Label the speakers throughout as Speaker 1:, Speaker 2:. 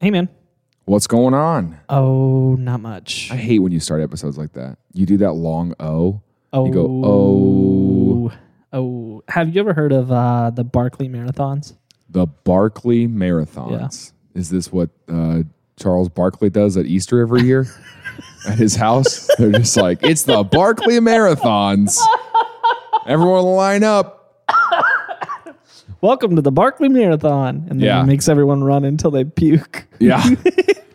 Speaker 1: Hey, man.
Speaker 2: What's going on?
Speaker 1: Oh, not much.
Speaker 2: I hate when you start episodes like that. You do that long O.
Speaker 1: oh,
Speaker 2: You go, oh,
Speaker 1: oh. Have you ever heard of uh, the Barkley Marathons?
Speaker 2: the Barkley Marathons. Is this what uh, Charles Barkley does at Easter every year at his house? They're just like, it's the Barkley Marathons. Everyone line up.
Speaker 1: Welcome to the Barkley Marathon. And then
Speaker 2: Yeah.
Speaker 1: it makes everyone run until they puke.
Speaker 2: Yeah.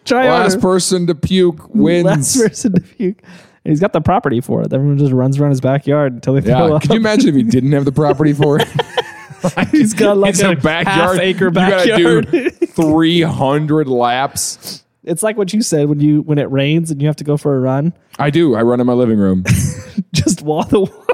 Speaker 1: Try
Speaker 2: Last
Speaker 1: harder.
Speaker 2: person to puke wins.
Speaker 1: Last person to puke. And he's got the property for it. Everyone just runs around his backyard until they throw
Speaker 2: yeah.
Speaker 1: up.
Speaker 2: Could you imagine if he didn't have the property for it?
Speaker 1: he's got like
Speaker 2: It's
Speaker 1: a,
Speaker 2: a backyard.
Speaker 1: half acre
Speaker 2: You gotta do
Speaker 1: backyard.
Speaker 2: 300 laps.
Speaker 1: it's like what you said when you when it rains and you have to go for a run.
Speaker 2: I do. I run in my living room.
Speaker 1: Just wall the wall.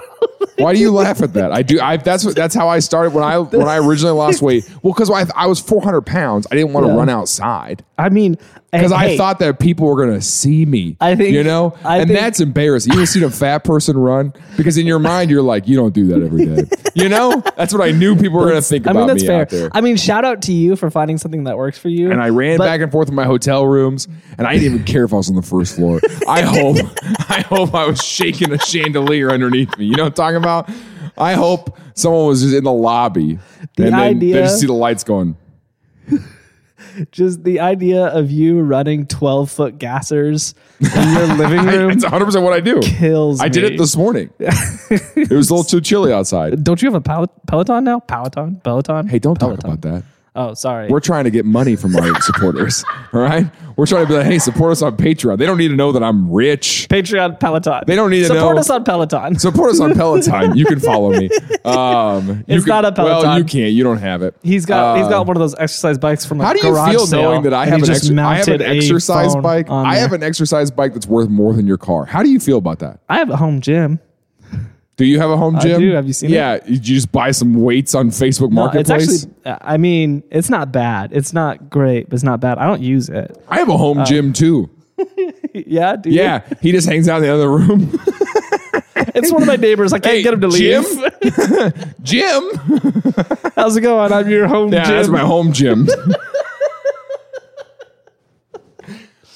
Speaker 2: Why do you laugh at that? I do. I that's what that's how I started when I when I originally lost weight. Well, because I, I was 400 pounds, I didn't want to
Speaker 1: Yeah.
Speaker 2: run outside
Speaker 1: I mean,
Speaker 2: because I thought that people were going to see me.
Speaker 1: I think-
Speaker 2: you know,
Speaker 1: I
Speaker 2: and
Speaker 1: think-
Speaker 2: that's embarrassing. You ever seen a fat person run? Because in your mind, you're like, you don't do that every day. You know, that's what I knew people were going to think
Speaker 1: I
Speaker 2: about
Speaker 1: mean, that's
Speaker 2: me
Speaker 1: fair.
Speaker 2: out there.
Speaker 1: I mean, shout out to you for finding something that works for you.
Speaker 2: and I ran
Speaker 1: But-
Speaker 2: back and forth in my hotel rooms, and I didn't even care if I was on the first floor. I hope, I hope I was shaking a chandelier underneath me. You know what I'm talking about? I hope someone was just in the lobby, and then
Speaker 1: idea-
Speaker 2: they just see the lights going.
Speaker 1: Just the idea of you running 12 foot gassers in your living
Speaker 2: I,
Speaker 1: room
Speaker 2: it's 100 percent what I do.
Speaker 1: kills
Speaker 2: I did
Speaker 1: me.
Speaker 2: it this morning. it was a little too chilly outside.
Speaker 1: Don't you have a Pel- Peloton now? Peloton? Peloton?
Speaker 2: Hey, don't talk about that.
Speaker 1: Oh, sorry.
Speaker 2: We're trying to get money from our supporters. All right, we're trying to be like, hey, support us on Patreon. They don't need to know that I'm rich.
Speaker 1: Patreon Peloton. They
Speaker 2: don't need to
Speaker 1: Support
Speaker 2: know.
Speaker 1: us on Peloton.
Speaker 2: Support us on Peloton. You can follow me. Um, you
Speaker 1: It's
Speaker 2: can-
Speaker 1: not a
Speaker 2: Well,
Speaker 1: Peloton.
Speaker 2: you can't. You don't have it. Um,
Speaker 1: he's got he's got one of those exercise bikes from a
Speaker 2: uh, How do you
Speaker 1: garage
Speaker 2: feel
Speaker 1: sale,
Speaker 2: knowing that I
Speaker 1: and
Speaker 2: have,
Speaker 1: he
Speaker 2: an
Speaker 1: just
Speaker 2: exer- I have an
Speaker 1: mounted a
Speaker 2: exercise
Speaker 1: phone
Speaker 2: bike?
Speaker 1: on
Speaker 2: I
Speaker 1: there.
Speaker 2: have an exercise bike that's worth more than your car. How do you feel about that?
Speaker 1: I have a home gym.
Speaker 2: Do you have a home gym?
Speaker 1: do. Have you seen it?
Speaker 2: yeah, you just buy some weights on Facebook
Speaker 1: Uh,
Speaker 2: Marketplace?
Speaker 1: It's actually I mean, it's not bad. It's not great, but it's not bad. I don't use it.
Speaker 2: I have a home
Speaker 1: Uh,
Speaker 2: gym too.
Speaker 1: Yeah, dude.
Speaker 2: Yeah, he just hangs out in the other room.
Speaker 1: It's one of my neighbors. I can't
Speaker 2: Hey,
Speaker 1: get him to leave.
Speaker 2: Jim? Jim?
Speaker 1: How's it going? I'm your home
Speaker 2: Yeah, that's
Speaker 1: gym.
Speaker 2: my home gym.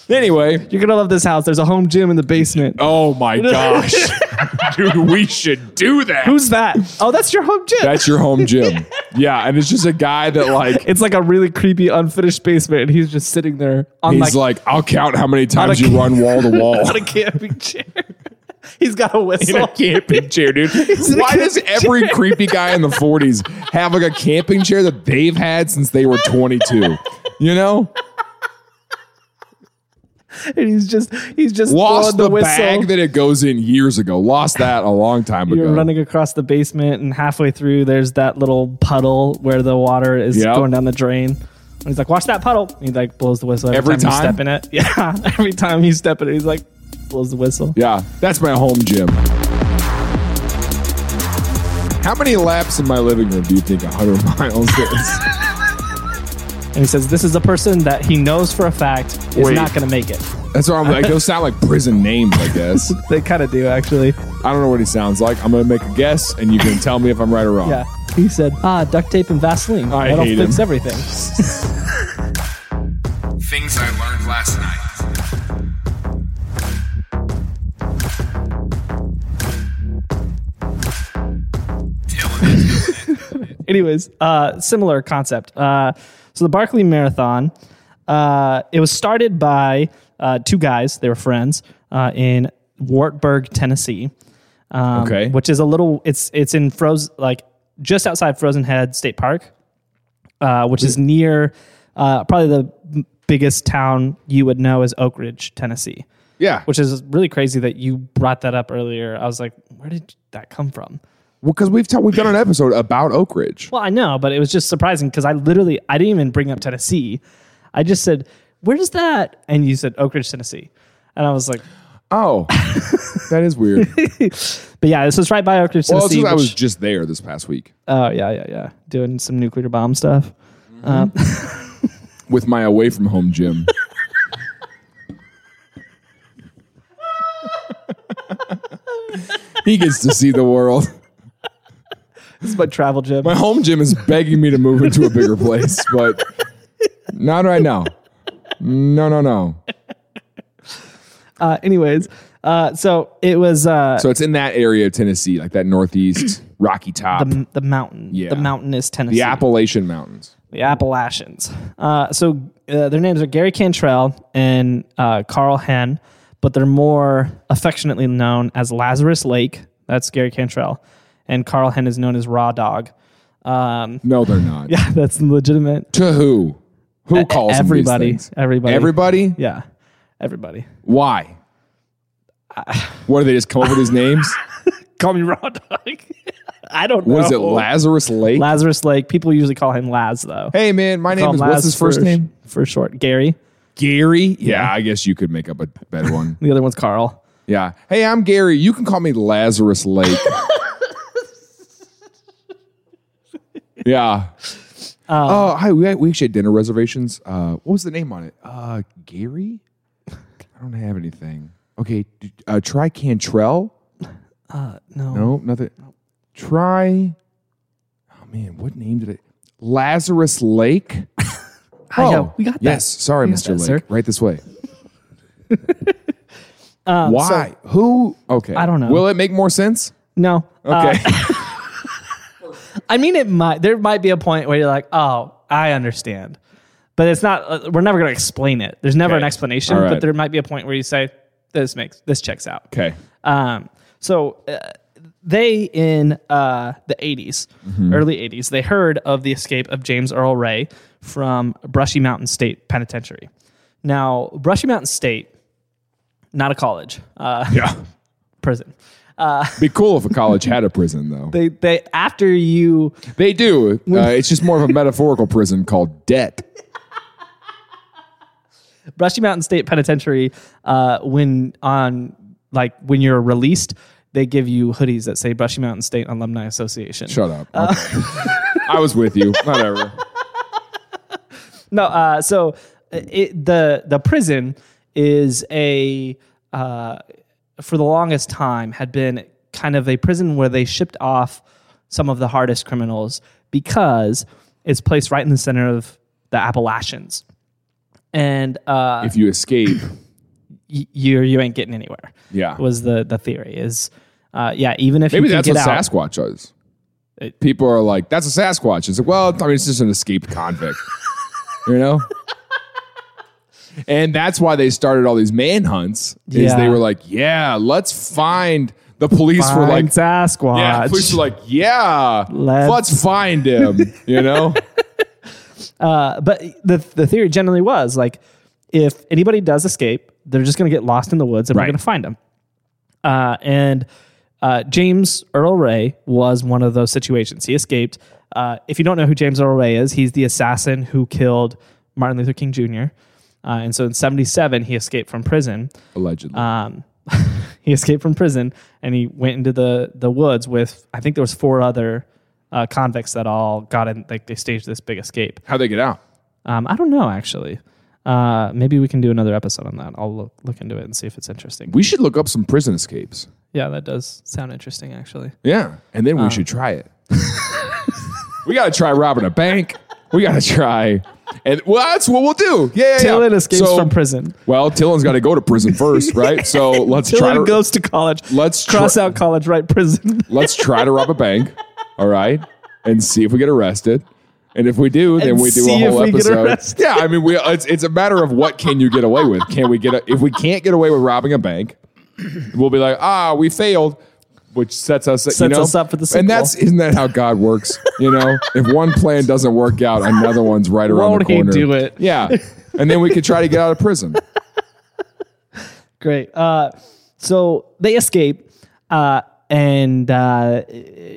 Speaker 2: anyway,
Speaker 1: You're gonna love this house. There's a home gym in the basement.
Speaker 2: Oh my gosh. Dude, we should do that.
Speaker 1: Who's that? Oh, that's your home gym.
Speaker 2: That's your home gym. Yeah, and it's just a guy that like
Speaker 1: it's like a really creepy, unfinished basement, and he's just sitting there on
Speaker 2: he's
Speaker 1: like,
Speaker 2: like, I'll count how many times
Speaker 1: a-
Speaker 2: you run wall to wall.
Speaker 1: on a camping chair. he's got a whistle.
Speaker 2: camping chair, dude.
Speaker 1: in a
Speaker 2: Why does
Speaker 1: camping
Speaker 2: every
Speaker 1: chair.
Speaker 2: creepy guy in the 40s have like a camping chair that they've had since they were 22? You know?
Speaker 1: and he's just he's just
Speaker 2: Lost
Speaker 1: throwing the,
Speaker 2: the,
Speaker 1: whistle.
Speaker 2: bag that it goes in years ago. Lost that a long time ago.
Speaker 1: You're running across the basement, and halfway through, there's that little puddle where the water is
Speaker 2: Yep.
Speaker 1: going down the drain. And he's like, "Watch that puddle!" And he like blows the whistle every,
Speaker 2: Every
Speaker 1: time,
Speaker 2: time?
Speaker 1: you step in it. Yeah, every time you step in it, he's like blows the whistle.
Speaker 2: Yeah, that's my home gym. How many laps in my living room do you think 100 miles is?
Speaker 1: And he says, "This is a person that he knows for a fact is
Speaker 2: Wait.
Speaker 1: not going to make it."
Speaker 2: That's why I'm like, those sound like prison names, I guess.
Speaker 1: They kind of do, actually.
Speaker 2: I don't know what he sounds like. I'm going to make a guess, and you can tell me if I'm right or wrong.
Speaker 1: Yeah. He said, ah, duct tape and Vaseline.
Speaker 2: I
Speaker 1: That'll
Speaker 2: hate
Speaker 1: fix
Speaker 2: him.
Speaker 1: everything.
Speaker 3: Things I learned last night. Dylan,
Speaker 1: Anyways, uh, similar concept. Uh, so the Barkley Marathon, uh, it was started by uh, two guys. They were friends uh, in Wartburg, Tennessee. Um,
Speaker 2: Okay.
Speaker 1: Which is a little, it's it's in Frozen, like just outside Frozen Head State Park, uh, which is near uh, probably the m- biggest town you would know is Oak Ridge, Tennessee.
Speaker 2: Yeah.
Speaker 1: which is really crazy that you brought that up earlier. I was like, where did that come from?
Speaker 2: Because we've, ta- we've done an episode about Oak Ridge.
Speaker 1: Well, I know, but it was just surprising because I literally I didn't even bring up Tennessee. I just said, where is that? And you said Oak Ridge, Tennessee. And I was like,
Speaker 2: Oh, that is weird.
Speaker 1: but yeah, this is right by Oak Ridge,
Speaker 2: Well, it's
Speaker 1: Tennessee.
Speaker 2: just I was
Speaker 1: which-
Speaker 2: just there this past week
Speaker 1: oh yeah, yeah, yeah, doing some nuclear bomb stuff.
Speaker 2: with my away from home gym. he gets to see the world.
Speaker 1: This is my travel gym.
Speaker 2: My home gym is begging me to move into a bigger place, but not right now. No, no, no.
Speaker 1: Uh, anyways, uh, so it was uh,
Speaker 2: So it's in that area of Tennessee, like that northeast Rocky Top, the,
Speaker 1: m- the mountain,
Speaker 2: Yeah.
Speaker 1: the mountainous Tennessee,
Speaker 2: Appalachian Mountains.
Speaker 1: the Appalachians. Uh, so uh, their names are Gary Cantrell and uh, Carl Henn, but they're more affectionately known as Lazarus Lake. That's Gary Cantrell, and Carl Henn is known as Raw Dog. Um,
Speaker 2: No, they're not.
Speaker 1: yeah, that's legitimate.
Speaker 2: To who? Who calls them these
Speaker 1: everybody,
Speaker 2: things?
Speaker 1: everybody.
Speaker 2: Everybody?
Speaker 1: Yeah, everybody.
Speaker 2: Why? What do they just come up with his names?
Speaker 1: Call me Raw Dog. I don't know.
Speaker 2: What is it, Lazarus Lake?
Speaker 1: Lazarus Lake. People usually call him Laz though.
Speaker 2: hey man,
Speaker 1: Call
Speaker 2: my name
Speaker 1: him
Speaker 2: is
Speaker 1: Laz
Speaker 2: what's his first
Speaker 1: for-
Speaker 2: name?
Speaker 1: for short? Gary.
Speaker 2: Gary. Yeah, I guess you could make up a better one.
Speaker 1: The other one's Carl.
Speaker 2: Yeah. Hey, I'm Gary. You can call me Lazarus Lake. yeah.
Speaker 1: Um,
Speaker 2: oh, hi. We, we actually had dinner reservations. Uh, what was the name on it? Uh, Gary? I don't have anything. Okay. d- Uh, try Cantrell.
Speaker 1: Uh, No.
Speaker 2: No, nothing. Try. Oh, man. What name did it? Lazarus Lake? Oh,
Speaker 1: I know. We got that.
Speaker 2: Yes. Sorry,
Speaker 1: We got
Speaker 2: Mr.
Speaker 1: that,
Speaker 2: Lake.
Speaker 1: sir.
Speaker 2: Right this way. Why? Who? Okay.
Speaker 1: I don't know.
Speaker 2: Will it make more sense?
Speaker 1: No. Uh,
Speaker 2: Okay.
Speaker 1: I mean, it might. There might be a point where you're like, "Oh, I understand," but it's not. Uh, we're never going to explain it. There's never
Speaker 2: Okay.
Speaker 1: an explanation.
Speaker 2: All
Speaker 1: But
Speaker 2: right.
Speaker 1: there might be a point where you say, "This makes this checks out."
Speaker 2: okay.
Speaker 1: Um, so uh, they in uh, the 80s,
Speaker 2: Mm-hmm.
Speaker 1: early 80s, they heard of the escape of James Earl Ray from Brushy Mountain State Penitentiary. Now, Brushy Mountain State, not a college, uh,
Speaker 2: Yeah.
Speaker 1: prison.
Speaker 2: Be cool if a college had a prison, though. They,
Speaker 1: They, they after you
Speaker 2: do. Uh, it's just more of a metaphorical prison called debt.
Speaker 1: Brushy Mountain State Penitentiary, uh, when on like when you're released, they give you hoodies that say Brushy Mountain State Alumni Association.
Speaker 2: Shut up.
Speaker 1: Uh.
Speaker 2: Okay. I was with you. Whatever.
Speaker 1: No, uh, so it, the the prison is a uh, for the longest time had been kind of a prison where they shipped off some of the hardest criminals because it's placed right in the center of the Appalachians, and uh,
Speaker 2: If you escape,
Speaker 1: y- you you ain't getting anywhere.
Speaker 2: Yeah.
Speaker 1: was the the theory is. Uh, yeah, even if
Speaker 2: maybe
Speaker 1: you can
Speaker 2: that's what
Speaker 1: get out,
Speaker 2: Sasquatch is. People are like, "That's a Sasquatch." It's like, well, I mean, it's just an escaped convict, you know. And that's why they started all these manhunts. Is
Speaker 1: Yeah.
Speaker 2: they were like, "Yeah, let's find." The police were
Speaker 1: find
Speaker 2: like,
Speaker 1: Sasquatch.
Speaker 2: Yeah, police are like, yeah,
Speaker 1: Uh, Let's-
Speaker 2: let's, find him. You know,
Speaker 1: but the the theory generally was like if anybody does escape, they're just going to get lost in the woods and we're
Speaker 2: Right.
Speaker 1: going to find them. Uh, and uh, James Earl Ray was one of those situations. He escaped. Uh, if you don't know who James Earl Ray is, he's the assassin who killed Martin Luther King Jr. Uh, and so in 77, he escaped from prison
Speaker 2: allegedly.
Speaker 1: um, he escaped from prison and he went into the the woods with I think there was four other uh, convicts that all got in like they staged this big escape.
Speaker 2: How'd they get out?
Speaker 1: Um, I don't know actually. Uh, maybe we can do another episode on that. I'll look look into it and see if it's interesting.
Speaker 2: We should look up some prison escapes.
Speaker 1: Yeah, that does sound interesting actually.
Speaker 2: Yeah, and then we
Speaker 1: Uh.
Speaker 2: should try it. we got to try robbing a bank. We got to try, and well, that's what we'll do. Yeah, yeah, yeah.
Speaker 1: Dylan escapes
Speaker 2: So-
Speaker 1: from prison.
Speaker 2: Well, Dylan's got to go to prison first, right? So let's try.
Speaker 1: Dylan
Speaker 2: To,
Speaker 1: goes to college.
Speaker 2: let's try-
Speaker 1: cross out college, right? Prison.
Speaker 2: Let's try to rob a bank. All right, and see if we get arrested. And if we do, then
Speaker 1: And
Speaker 2: we do
Speaker 1: see
Speaker 2: a
Speaker 1: if
Speaker 2: whole
Speaker 1: we get
Speaker 2: episode.
Speaker 1: arrested.
Speaker 2: Yeah, I mean, we it's, it's a matter of what can you get away with? Can we get a, if we can't get away with robbing a bank, we'll be like, ah, we failed, which sets us you
Speaker 1: Sets
Speaker 2: know?
Speaker 1: us up for the
Speaker 2: And that's isn't that how God works? You know, if one plan doesn't work out, another one's right around
Speaker 1: Won't
Speaker 2: the
Speaker 1: he
Speaker 2: corner.
Speaker 1: do it?
Speaker 2: Yeah, and then we could try to get out of prison.
Speaker 1: Great. Uh, so they escape, uh, and uh,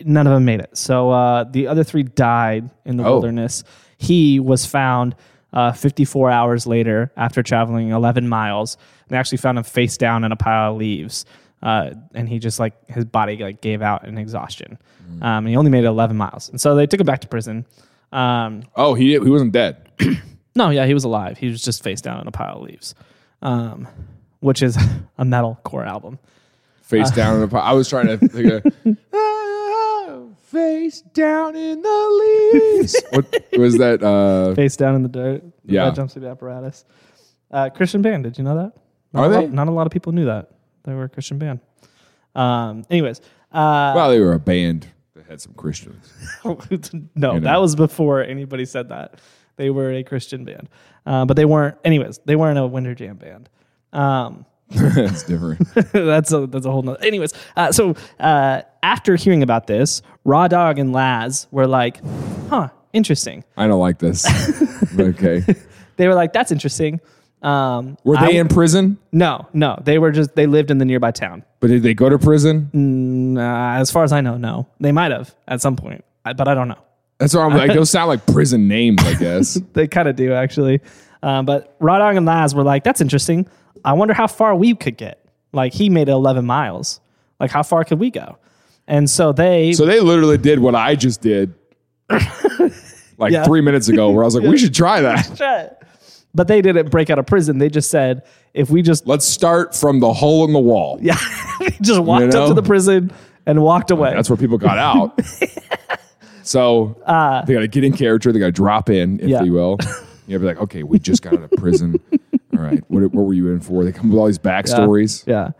Speaker 1: none of them made it. So uh, the other three died in the wilderness. He was found uh, 54 hours later after traveling 11 miles. They actually found him face down in a pile of leaves. Uh, and he just like his body like gave out in exhaustion. Um, and he only made it 11 miles. And so they took him back to prison. Um,
Speaker 2: Oh, he he wasn't dead.
Speaker 1: no, yeah, he was alive. He was just face down in a pile of leaves, um, which is a metalcore album.
Speaker 2: Face down in the. po- I was trying to think of. Face down in the leaves. what was that? Uh,
Speaker 1: face down in the dirt.
Speaker 2: Yeah.
Speaker 1: That jumpsuit apparatus. Uh, Christian band. Did you know that? Not
Speaker 2: Are
Speaker 1: a lot-
Speaker 2: they?
Speaker 1: not a lot of people knew that they were a Christian band. Um, anyways, uh,
Speaker 2: Well, they were a band that had some Christians.
Speaker 1: no, that was before anybody said that. They were a Christian band, uh, but they weren't. Anyways, they weren't a Winter Jam band. Um,
Speaker 2: That's different.
Speaker 1: that's a that's a whole nother. Anyways, uh, so uh, after hearing about this, Raw Dog and Laz were like, "Huh, interesting."
Speaker 2: I don't like this. okay.
Speaker 1: They were like, "That's interesting." Um,
Speaker 2: Were
Speaker 1: I-
Speaker 2: they in prison?
Speaker 1: No, no, they were just they lived in the nearby town.
Speaker 2: But did they go to prison?
Speaker 1: Nah, as far as I know, no, they might have at some point, I, but I don't know.
Speaker 2: That's what I'm like. Those sound like prison names, I guess.
Speaker 1: They kind of do actually. Um, but Rodong and Laz were like, "That's interesting. I wonder how far we could get. Like he made it 11 miles. Like how far could we go?" And so they
Speaker 2: So they literally did what I just did like
Speaker 1: Yeah.
Speaker 2: three minutes ago, where I was like, we should try that.
Speaker 1: But they didn't break out of prison. They just said, if we just
Speaker 2: Let's start from the hole in the wall.
Speaker 1: yeah, they just walked up
Speaker 2: know?
Speaker 1: to the prison and walked away.
Speaker 2: That's where people got out. so they got to get in character. They got to drop in, if
Speaker 1: Uh. Yeah.
Speaker 2: you will. You gotta be like, okay, we just got out of prison. All right, what, what were you in for? They come with all these backstories.
Speaker 1: yeah.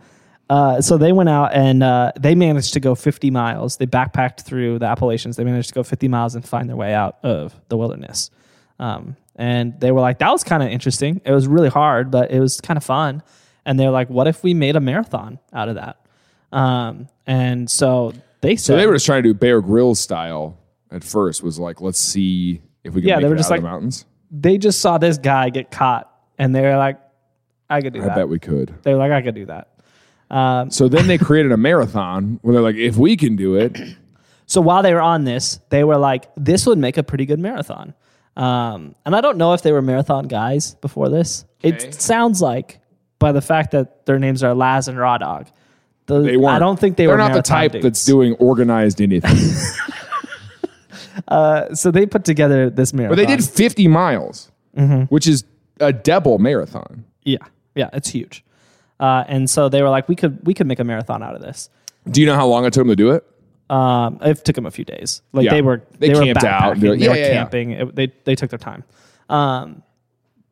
Speaker 1: Uh, so they went out and uh, they managed to go 50 miles. They backpacked through the Appalachians. They managed to go 50 miles and find their way out of the wilderness. Um, and they were like, that was kind of interesting. It was really hard, but it was kind of fun. And they're like, what if we made a marathon out of that? Um, and so they said,
Speaker 2: So they were just trying to do Bear Grylls style at first. Was like, let's see if we can
Speaker 1: Yeah,
Speaker 2: make
Speaker 1: they were
Speaker 2: it
Speaker 1: just
Speaker 2: out of the
Speaker 1: like-
Speaker 2: mountains.
Speaker 1: they just saw this guy get caught and they're like, I could do
Speaker 2: I
Speaker 1: that.
Speaker 2: bet we could.
Speaker 1: They're like, I could do that. Um,
Speaker 2: So then they created a marathon where they're like, if we can do it,
Speaker 1: So while they were on this, they were like, this would make a pretty good marathon. Um, and I don't know if they were marathon guys before this.
Speaker 2: Okay.
Speaker 1: It sounds like by the fact that their names are Laz and Raw Dog. the-
Speaker 2: they weren't.
Speaker 1: I don't think they
Speaker 2: they're
Speaker 1: were
Speaker 2: not the
Speaker 1: marathon
Speaker 2: type
Speaker 1: dudes.
Speaker 2: that's doing organized anything.
Speaker 1: So they put together this marathon.
Speaker 2: but they did 50 miles,
Speaker 1: Mm-hmm.
Speaker 2: which is a double marathon.
Speaker 1: Yeah. Yeah, it's huge. Uh, and so they were like, we could we could make a marathon out of this.
Speaker 2: Do you know how long it took them to do it?
Speaker 1: Um, it took them a few days. Like
Speaker 2: Yeah.
Speaker 1: they were
Speaker 2: They
Speaker 1: they, were
Speaker 2: camped out.
Speaker 1: backpacking, They
Speaker 2: They're like, yeah,
Speaker 1: were
Speaker 2: yeah, yeah.
Speaker 1: camping. It- they they took their time. Um,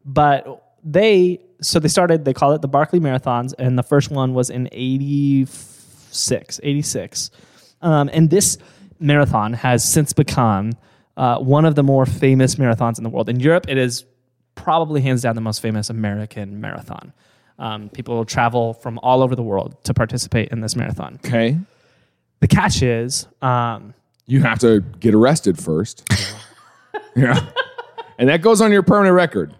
Speaker 1: but they so they started. They call it the Barkley Marathons, and the first one was in 86, 86. Um, and this marathon has since become uh, one of the more famous marathons in the world. In Europe, it is probably hands down the most famous American marathon. Um, people travel from all over the world to participate in this marathon.
Speaker 2: Okay.
Speaker 1: The catch is. Um,
Speaker 2: You have to get arrested first. yeah. And that goes on your permanent record.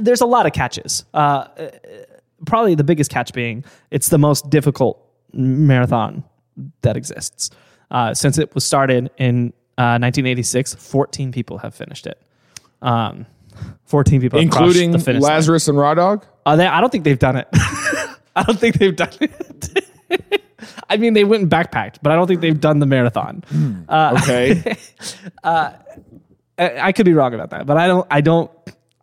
Speaker 1: there's a lot of catches. Uh, uh, probably the biggest catch being it's the most difficult marathon that exists. Uh, since it was started in uh, 1986, 14 people have finished it. Um, 14 people, have crossed
Speaker 2: including
Speaker 1: the finish line.
Speaker 2: Lazarus and Raw Dog.
Speaker 1: Uh, they, I don't think they've done it. I don't think they've done it. I mean, they went and backpacked, but I don't think they've done the marathon.
Speaker 2: Hmm.
Speaker 1: Uh,
Speaker 2: Okay,
Speaker 1: I, I could be wrong about that, but I don't. I don't.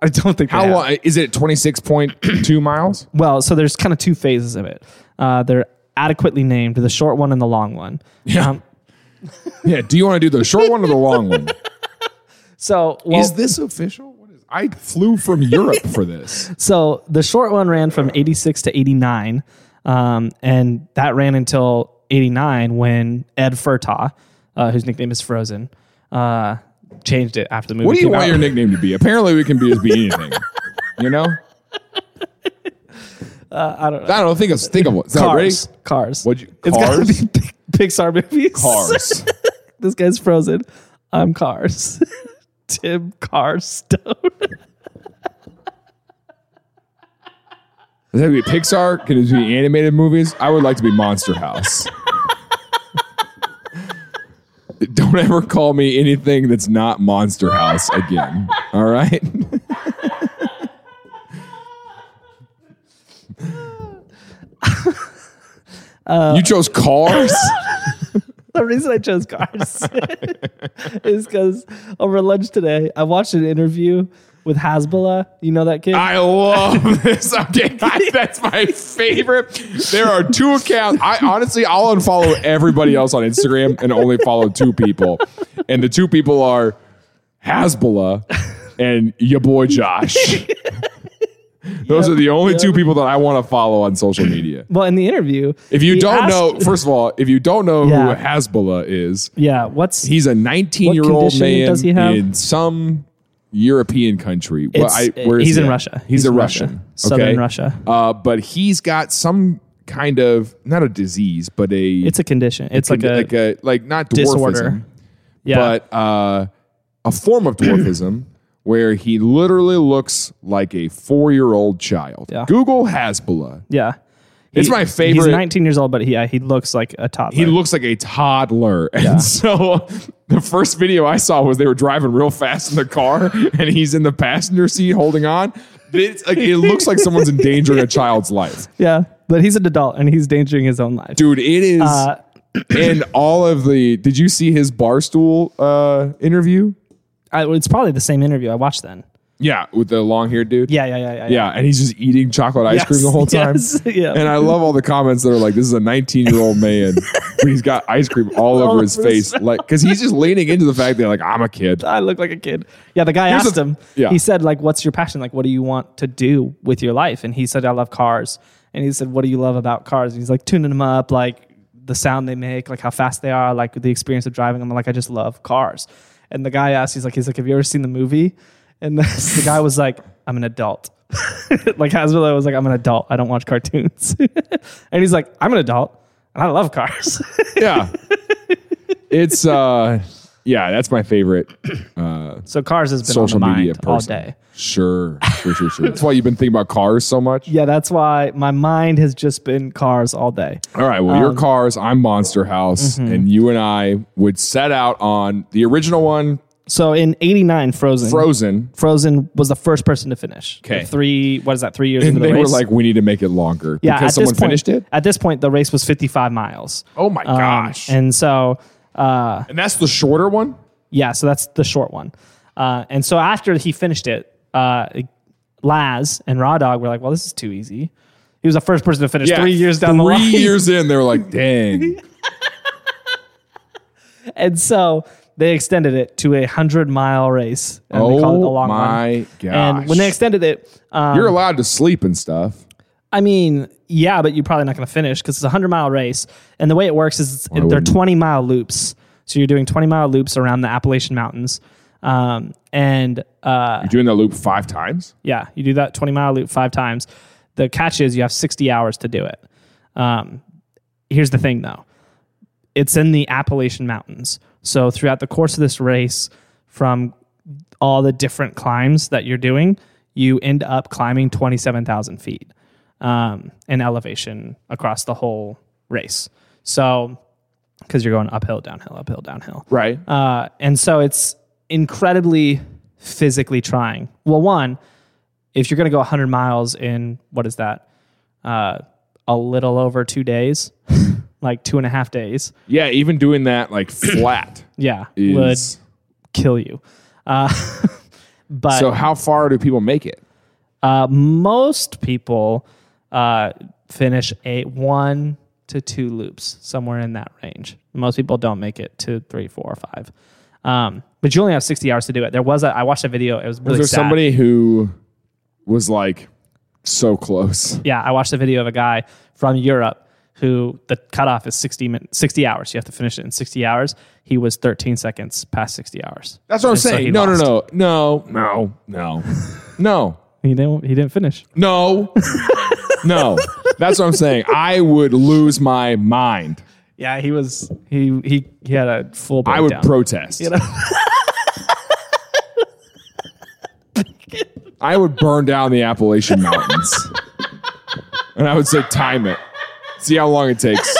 Speaker 1: I don't think. they
Speaker 2: how
Speaker 1: have.
Speaker 2: long is it? Twenty six point two miles.
Speaker 1: Well, so there's kind of two phases of it. Uh, they're adequately named the short one and the long one. Um,
Speaker 2: Yeah. yeah. Do you want to do the short one or the long one?
Speaker 1: So, well,
Speaker 2: is this official? What is? I flew from Europe for this.
Speaker 1: so the short one ran from 86 to 89, um, and that ran until 89 when Ed Furtaugh, uh, whose nickname is Frozen, uh, changed it after the movie.
Speaker 2: What do you
Speaker 1: came
Speaker 2: want
Speaker 1: out.
Speaker 2: your nickname to be? Apparently, we can be just be anything. You know. I
Speaker 1: Uh, don't
Speaker 2: know. I don't know. Think of think of what. so, ready?
Speaker 1: Cars. Cars.
Speaker 2: What'd you-
Speaker 1: It's gotta
Speaker 2: Cars?
Speaker 1: be Pixar movies.
Speaker 2: Cars.
Speaker 1: this guy's Frozen. I'm Cars. Tim Carstone.
Speaker 2: Does that be Pixar? Can it be animated movies? I would like to be Monster House. Don't ever call me anything that's not Monster House again. All right. you chose cars.
Speaker 1: the reason I chose Cars is because over lunch today, I watched an interview with Hasbullah. You know that kid?
Speaker 2: I love this. Okay, guys, that's my favorite. There are two accounts. I honestly, I'll unfollow everybody else on Instagram and only follow two people. And the two people are Hasbullah and your boy Josh. Those are the only two people that I want to follow on social media.
Speaker 1: Well, in the interview,
Speaker 2: If you
Speaker 1: he
Speaker 2: don't
Speaker 1: asked-
Speaker 2: know, first of all, if you don't know
Speaker 1: Yeah.
Speaker 2: who Hezbollah is,
Speaker 1: yeah, what's
Speaker 2: he's a 19 year
Speaker 1: What
Speaker 2: old
Speaker 1: condition
Speaker 2: man
Speaker 1: does he have?
Speaker 2: in some European country. Well,
Speaker 1: It's-
Speaker 2: I- where is
Speaker 1: he's
Speaker 2: he
Speaker 1: in
Speaker 2: at?
Speaker 1: Russia.
Speaker 2: He's,
Speaker 1: He's
Speaker 2: a
Speaker 1: in
Speaker 2: Russian.
Speaker 1: Russia. Southern Russia.
Speaker 2: Uh, but he's got some kind of not a disease, but a
Speaker 1: it's a condition. It's like
Speaker 2: like,
Speaker 1: a,
Speaker 2: like a like not dwarfism,
Speaker 1: disorder. yeah,
Speaker 2: but uh, a form of dwarfism where he literally looks like a four year old child.
Speaker 1: Yeah.
Speaker 2: Google Hasbullah.
Speaker 1: yeah.
Speaker 2: It's my
Speaker 1: He's
Speaker 2: favorite-
Speaker 1: 19 years old, but he, yeah, he looks like a toddler.
Speaker 2: He looks like a toddler. And so the first video I saw was they were driving real fast in the car and he's in the passenger seat holding on. It's like, it looks like someone's endangering a child's life.
Speaker 1: yeah, but he's an adult and he's endangering his own life.
Speaker 2: Dude, it is.
Speaker 1: Uh,
Speaker 2: and all of the. Did you see his barstool uh, interview?
Speaker 1: I, it's probably the same interview I watched then.
Speaker 2: Yeah, with the long haired dude.
Speaker 1: Yeah, yeah, yeah, yeah.
Speaker 2: Yeah, and he's just eating chocolate ice
Speaker 1: Yes,
Speaker 2: cream the whole time.
Speaker 1: yes, yeah.
Speaker 2: And I love all the comments that are like, "This is a 19 year old man, but he's got ice cream all, over his
Speaker 1: over his
Speaker 2: face, like because he's just leaning into the fact that like I'm a kid."
Speaker 1: I look like a kid. Yeah, the guy
Speaker 2: Here's
Speaker 1: asked
Speaker 2: the-
Speaker 1: him.
Speaker 2: yeah.
Speaker 1: He said, like, what's your passion? Like, what do you want to do with your life? And he said, I love cars. And he said, what do you love about cars? And he's like, tuning them up, like the sound they make, like how fast they are, like the experience of driving them. Like, I just love cars. And the guy asked, he's like, he's like, have you ever seen the movie? And the, the guy was like, I'm an adult. like Hasbro was like, I'm an adult. I don't watch cartoons. and he's like, I'm an adult and I love cars.
Speaker 2: Yeah, it's uh, yeah, that's my favorite
Speaker 1: so cars has been
Speaker 2: social
Speaker 1: on my
Speaker 2: media
Speaker 1: mind all
Speaker 2: person.
Speaker 1: day.
Speaker 2: Sure, sure, sure, sure. that's why you've been thinking about cars so much.
Speaker 1: Yeah, that's why my mind has just been cars all day.
Speaker 2: All right, well, your
Speaker 1: Um,
Speaker 2: cars, I'm Monster House,
Speaker 1: Mm-hmm.
Speaker 2: and you and I would set out on the original one,
Speaker 1: So in '89, Frozen,
Speaker 2: Frozen.
Speaker 1: Frozen was the first person to finish.
Speaker 2: Okay.
Speaker 1: three. What is that? Three years
Speaker 2: And
Speaker 1: into the
Speaker 2: they were
Speaker 1: race.
Speaker 2: like, we need to make it longer
Speaker 1: yeah,
Speaker 2: because
Speaker 1: at this
Speaker 2: someone
Speaker 1: point-
Speaker 2: finished it.
Speaker 1: At this point, the race was 55 miles.
Speaker 2: Oh my
Speaker 1: Um,
Speaker 2: gosh.
Speaker 1: And so, uh,
Speaker 2: And that's the shorter one?
Speaker 1: yeah, so that's the short one. Uh, and so after he finished it, uh, Laz and Raw Dog were like, "Well, this is too easy." He was the first person to finish three years down the
Speaker 2: three
Speaker 1: line.
Speaker 2: years in, they were like, dang.
Speaker 1: And so they extended it to a 100 mile race. And they called it the
Speaker 2: oh
Speaker 1: long run.
Speaker 2: my gosh.
Speaker 1: And when they extended it, um,
Speaker 2: You're allowed to sleep and stuff.
Speaker 1: I mean, yeah, but you're probably not going to finish because it's a 100 mile race. And the way it works is it's, they're
Speaker 2: wouldn't you?
Speaker 1: 20 mile loops. So you're doing 20 mile loops around the Appalachian Mountains. Um, and uh,
Speaker 2: You're doing that loop five times?
Speaker 1: yeah, you do that 20 mile loop five times. The catch is you have 60 hours to do it. Um, here's the thing though it's in the Appalachian Mountains. So throughout the course of this race, from all the different climbs that you're doing, you end up climbing 27,000 feet um, in elevation across the whole race. So, because you're going uphill, downhill, uphill, downhill.
Speaker 2: Right.
Speaker 1: Uh, and so it's incredibly physically trying. Well, one, if you're going to go 100 miles in what is that? Uh, a little over two days, like two and a half days.
Speaker 2: yeah, even doing that like flat
Speaker 1: Yeah, would
Speaker 2: is.
Speaker 1: kill you. Uh, but
Speaker 2: So, how far do people make it?
Speaker 1: uh, most people uh, finish a one to two loops somewhere in that range. Most people don't make it to three, four, or five. Um, but you only have 60 hours to do it. There was a, I watched a video. It was really
Speaker 2: Was there
Speaker 1: sad.
Speaker 2: somebody who was like so close?
Speaker 1: Yeah, I watched a video of a guy from Europe who the cutoff is 60 min, 60 hours. You have to finish it in 60 hours. He was 13 seconds past 60 hours.
Speaker 2: That's what I'm
Speaker 1: so he
Speaker 2: saying. no,
Speaker 1: lost.
Speaker 2: no, no, no, no, no, no.
Speaker 1: He didn't, he didn't finish.
Speaker 2: No. no. That's what I'm saying. I would lose my mind.
Speaker 1: Yeah, he was, he, he, he had a full
Speaker 2: I
Speaker 1: breakdown.
Speaker 2: would protest. I would burn down the Appalachian Mountains. and I would say, time it. See how long it takes.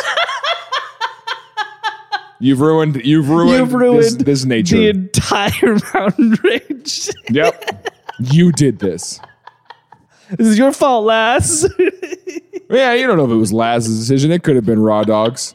Speaker 2: You've ruined you've ruined,
Speaker 1: You've ruined
Speaker 2: this, this nature.
Speaker 1: the entire mountain range.
Speaker 2: yep. You did this.
Speaker 1: this is your fault, Lass.
Speaker 2: Yeah, you don't know if it was Laz's decision. It could have been Raw Dog's.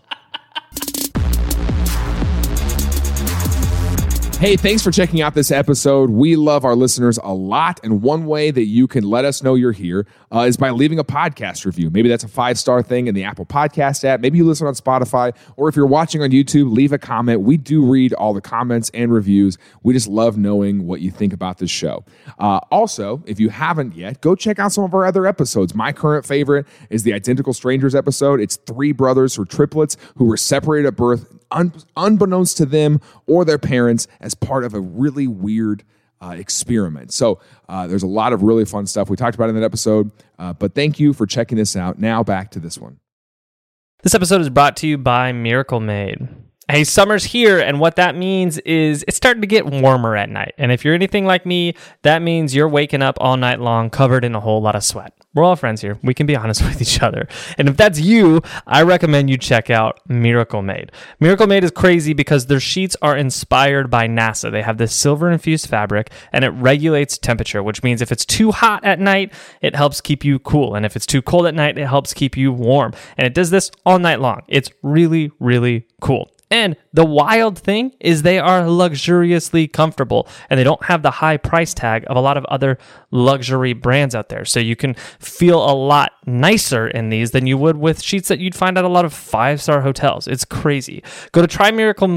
Speaker 2: Hey, thanks for checking out this episode. We love our listeners a lot. And one way that you can let us know you're here uh, is by leaving a podcast review. Maybe that's a five star thing in the Apple Podcast app. Maybe you listen on Spotify. Or if you're watching on YouTube, leave a comment. We do read all the comments and reviews. We just love knowing what you think about this show. Uh, also, if you haven't yet, go check out some of our other episodes. My current favorite is the Identical Strangers episode. It's three brothers who are triplets who were separated at birth un- unbeknownst to them or their parents, as part of a really weird uh, experiment. So uh, there's a lot of really fun stuff we talked about in that episode. Uh, but thank you for checking this out. Now back to this one.
Speaker 1: This episode is brought to you by Miracle Made. Hey, summer's here, and what that means is it's starting to get warmer at night. And if you're anything like me, that means you're waking up all night long covered in a whole lot of sweat. We're all friends here. We can be honest with each other. And if that's you, I recommend you check out Miracle Made. Miracle Made is crazy because their sheets are inspired by NASA. They have this silver infused fabric and it regulates temperature, which means if it's too hot at night, it helps keep you cool. And if it's too cold at night, it helps keep you warm. And it does this all night long. It's really, really cool. And the wild thing is they are luxuriously comfortable and they don't have the high price tag of a lot of other luxury brands out there. So you can feel a lot nicer in these than you would with sheets that you'd find at a lot of five-star hotels. It's crazy. Go to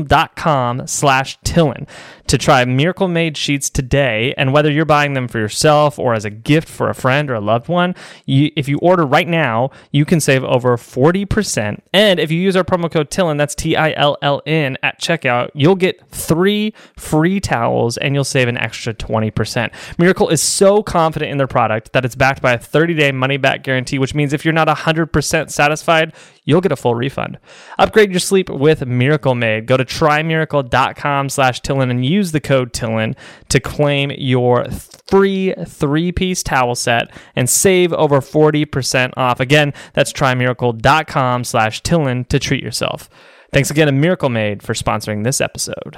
Speaker 1: trymiracle.com slash Tillin to try Miracle Made sheets today. And whether you're buying them for yourself or as a gift for a friend or a loved one, you, if you order right now, you can save over 40%. And if you use our promo code Tillin, that's T I L L N at checkout, you'll get three free towels and you'll save an extra 20%. Miracle is so confident in their product that it's backed by a 30 day money back guarantee, which means if you're not 100% satisfied, you'll get a full refund. Upgrade your sleep with Miracle Made. Go to trymiracle.com slash Tillin and use the code Tillin to claim your free three piece towel set and save over 40% off. Again, that's trymiracle.com slash Tillin to treat yourself. Thanks again to Miracle Made for sponsoring this episode.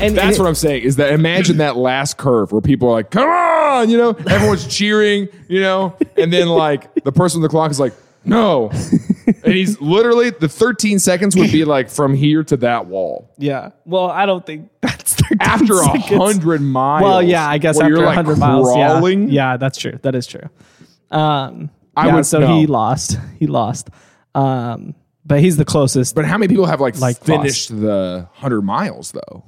Speaker 4: And,
Speaker 2: That's
Speaker 4: and
Speaker 2: what I'm saying is that imagine that last curve where people are like, come on, you know, everyone's cheering, you know, and then like the person with the clock is like, no. And he's literally the 13 seconds would be like from here to that wall.
Speaker 4: yeah. Well, I don't think that's 13
Speaker 2: After a
Speaker 4: seconds.
Speaker 2: hundred miles.
Speaker 4: Well, yeah, I guess
Speaker 2: where
Speaker 4: after
Speaker 2: you're,
Speaker 4: a
Speaker 2: like,
Speaker 4: hundred miles,
Speaker 2: crawling.
Speaker 4: yeah, yeah, that's true. That is true. Um,
Speaker 2: I
Speaker 4: yeah,
Speaker 2: would-
Speaker 4: so
Speaker 2: no.
Speaker 4: he lost. He lost. Um, but he's the closest.
Speaker 2: But how many people have like,
Speaker 4: Like
Speaker 2: finished the hundred miles though?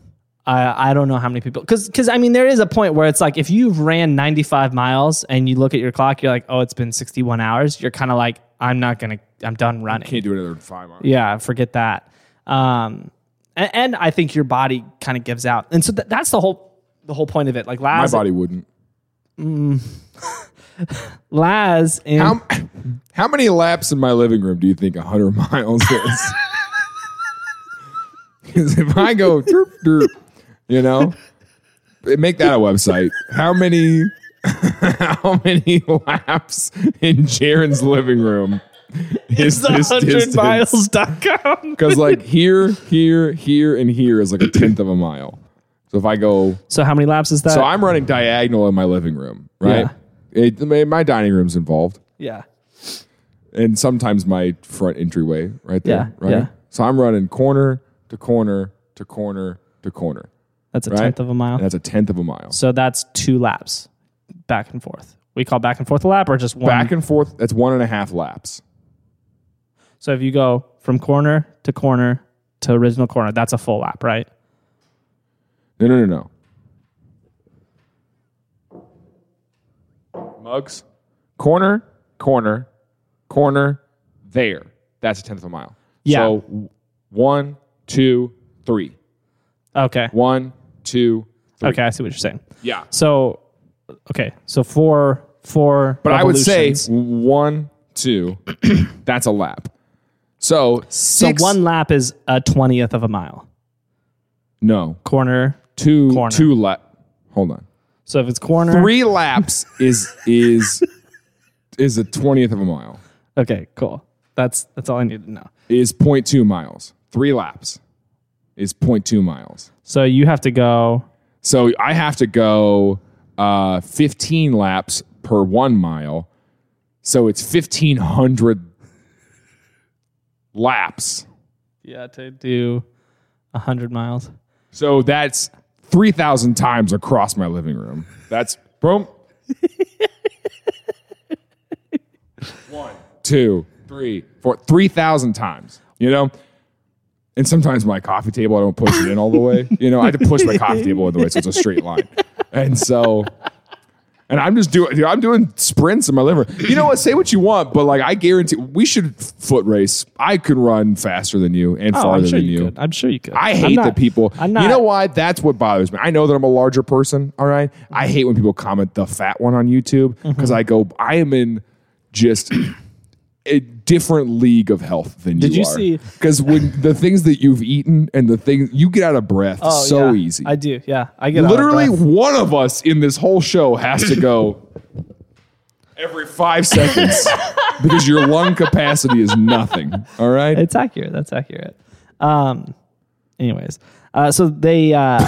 Speaker 4: I I don't know how many people because because I mean there is a point where it's like if you've ran 95 miles and you look at your clock you're like oh it's been 61 hours you're kind of like I'm not gonna I'm done running
Speaker 2: Can't do another five miles.
Speaker 4: yeah forget that um and, and I think your body kind of gives out and so th- that's the whole the whole point of it like
Speaker 2: My
Speaker 4: Laz
Speaker 2: body wouldn't.
Speaker 4: Laz and
Speaker 2: How, how many laps in my living room do you think 100 miles is? Because if I go, derp, derp, you know, make that a website. How many, how many laps in Jaren's living room is this
Speaker 4: 100
Speaker 2: distance?
Speaker 4: miles.com
Speaker 2: Because like here, here, here, and here is like a tenth of a mile. So if I go
Speaker 4: so how many laps is that
Speaker 2: So I'm running diagonal in my living room, right? It- my- my dining room's involved,
Speaker 4: yeah
Speaker 2: and sometimes my front entryway, right there,
Speaker 4: Yeah,
Speaker 2: right.
Speaker 4: yeah.
Speaker 2: So I'm running corner to corner to corner to corner,
Speaker 4: that's a
Speaker 2: right?
Speaker 4: tenth of a mile
Speaker 2: And that's a tenth of a mile.
Speaker 4: so that's two laps back and forth we call back and forth a lap or just one
Speaker 2: Back and forth, that's one and a half laps.
Speaker 4: So if you go from corner to corner to original corner, that's a full lap, right?
Speaker 2: No, no, no, no. Mugs, corner, corner, corner, there. That's a tenth of a mile.
Speaker 4: Yeah.
Speaker 2: So w- one, two, three.
Speaker 4: Okay.
Speaker 2: One, two, three.
Speaker 4: Okay, I see what you're saying.
Speaker 2: Yeah.
Speaker 4: So okay, so four four
Speaker 2: But I would say
Speaker 4: revolutions.
Speaker 2: one, two, that's a lap. So
Speaker 4: so
Speaker 2: six.
Speaker 4: one lap is a twentieth of a mile.
Speaker 2: No,
Speaker 4: Corner.
Speaker 2: two,
Speaker 4: Corner.
Speaker 2: two lap. Hold on.
Speaker 4: So if it's corner
Speaker 2: Three laps is is is a twentieth of a mile.
Speaker 4: Okay, cool. That's that's all I need to know.
Speaker 2: Is 0.2 miles. Three laps is 0.2 miles.
Speaker 4: So you have to go
Speaker 2: So I have to go uh, 15 laps per one mile. So it's 1,500 laps.
Speaker 4: Yeah, to do 100 miles.
Speaker 2: So that's 3,000 times across my living room. That's boom. One, two, three, four, 3,000 times, you know? And sometimes my coffee table, I don't push it in all the way. You know, I had to push my coffee table all the way, so it's a straight line. And so, and I'm just doing, dude, I'm doing sprints in my living room. You know what? Say what you want, but like I guarantee, we should foot race. I could run faster than you and
Speaker 4: Oh,
Speaker 2: farther
Speaker 4: I'm sure
Speaker 2: than
Speaker 4: you,
Speaker 2: you.
Speaker 4: could. I'm sure you could.
Speaker 2: I
Speaker 4: I'm
Speaker 2: hate
Speaker 4: not-
Speaker 2: that people.
Speaker 4: I'm not.
Speaker 2: You know why? That's what bothers me. I know that I'm a larger person. All right.
Speaker 4: Mm-hmm.
Speaker 2: I hate when people comment the fat one on YouTube because I go, I am in just a different league of health than
Speaker 4: Did you
Speaker 2: are.
Speaker 4: see-
Speaker 2: Because when the things that you've eaten and the things you get out of breath
Speaker 4: Oh,
Speaker 2: so
Speaker 4: yeah.
Speaker 2: easy.
Speaker 4: I do. Yeah, I get out of
Speaker 2: Literally,
Speaker 4: breath.
Speaker 2: one of us in this whole show has to go every five seconds because your lung capacity is nothing. All right.
Speaker 4: It's accurate. That's accurate. Um, anyways, uh, so they uh,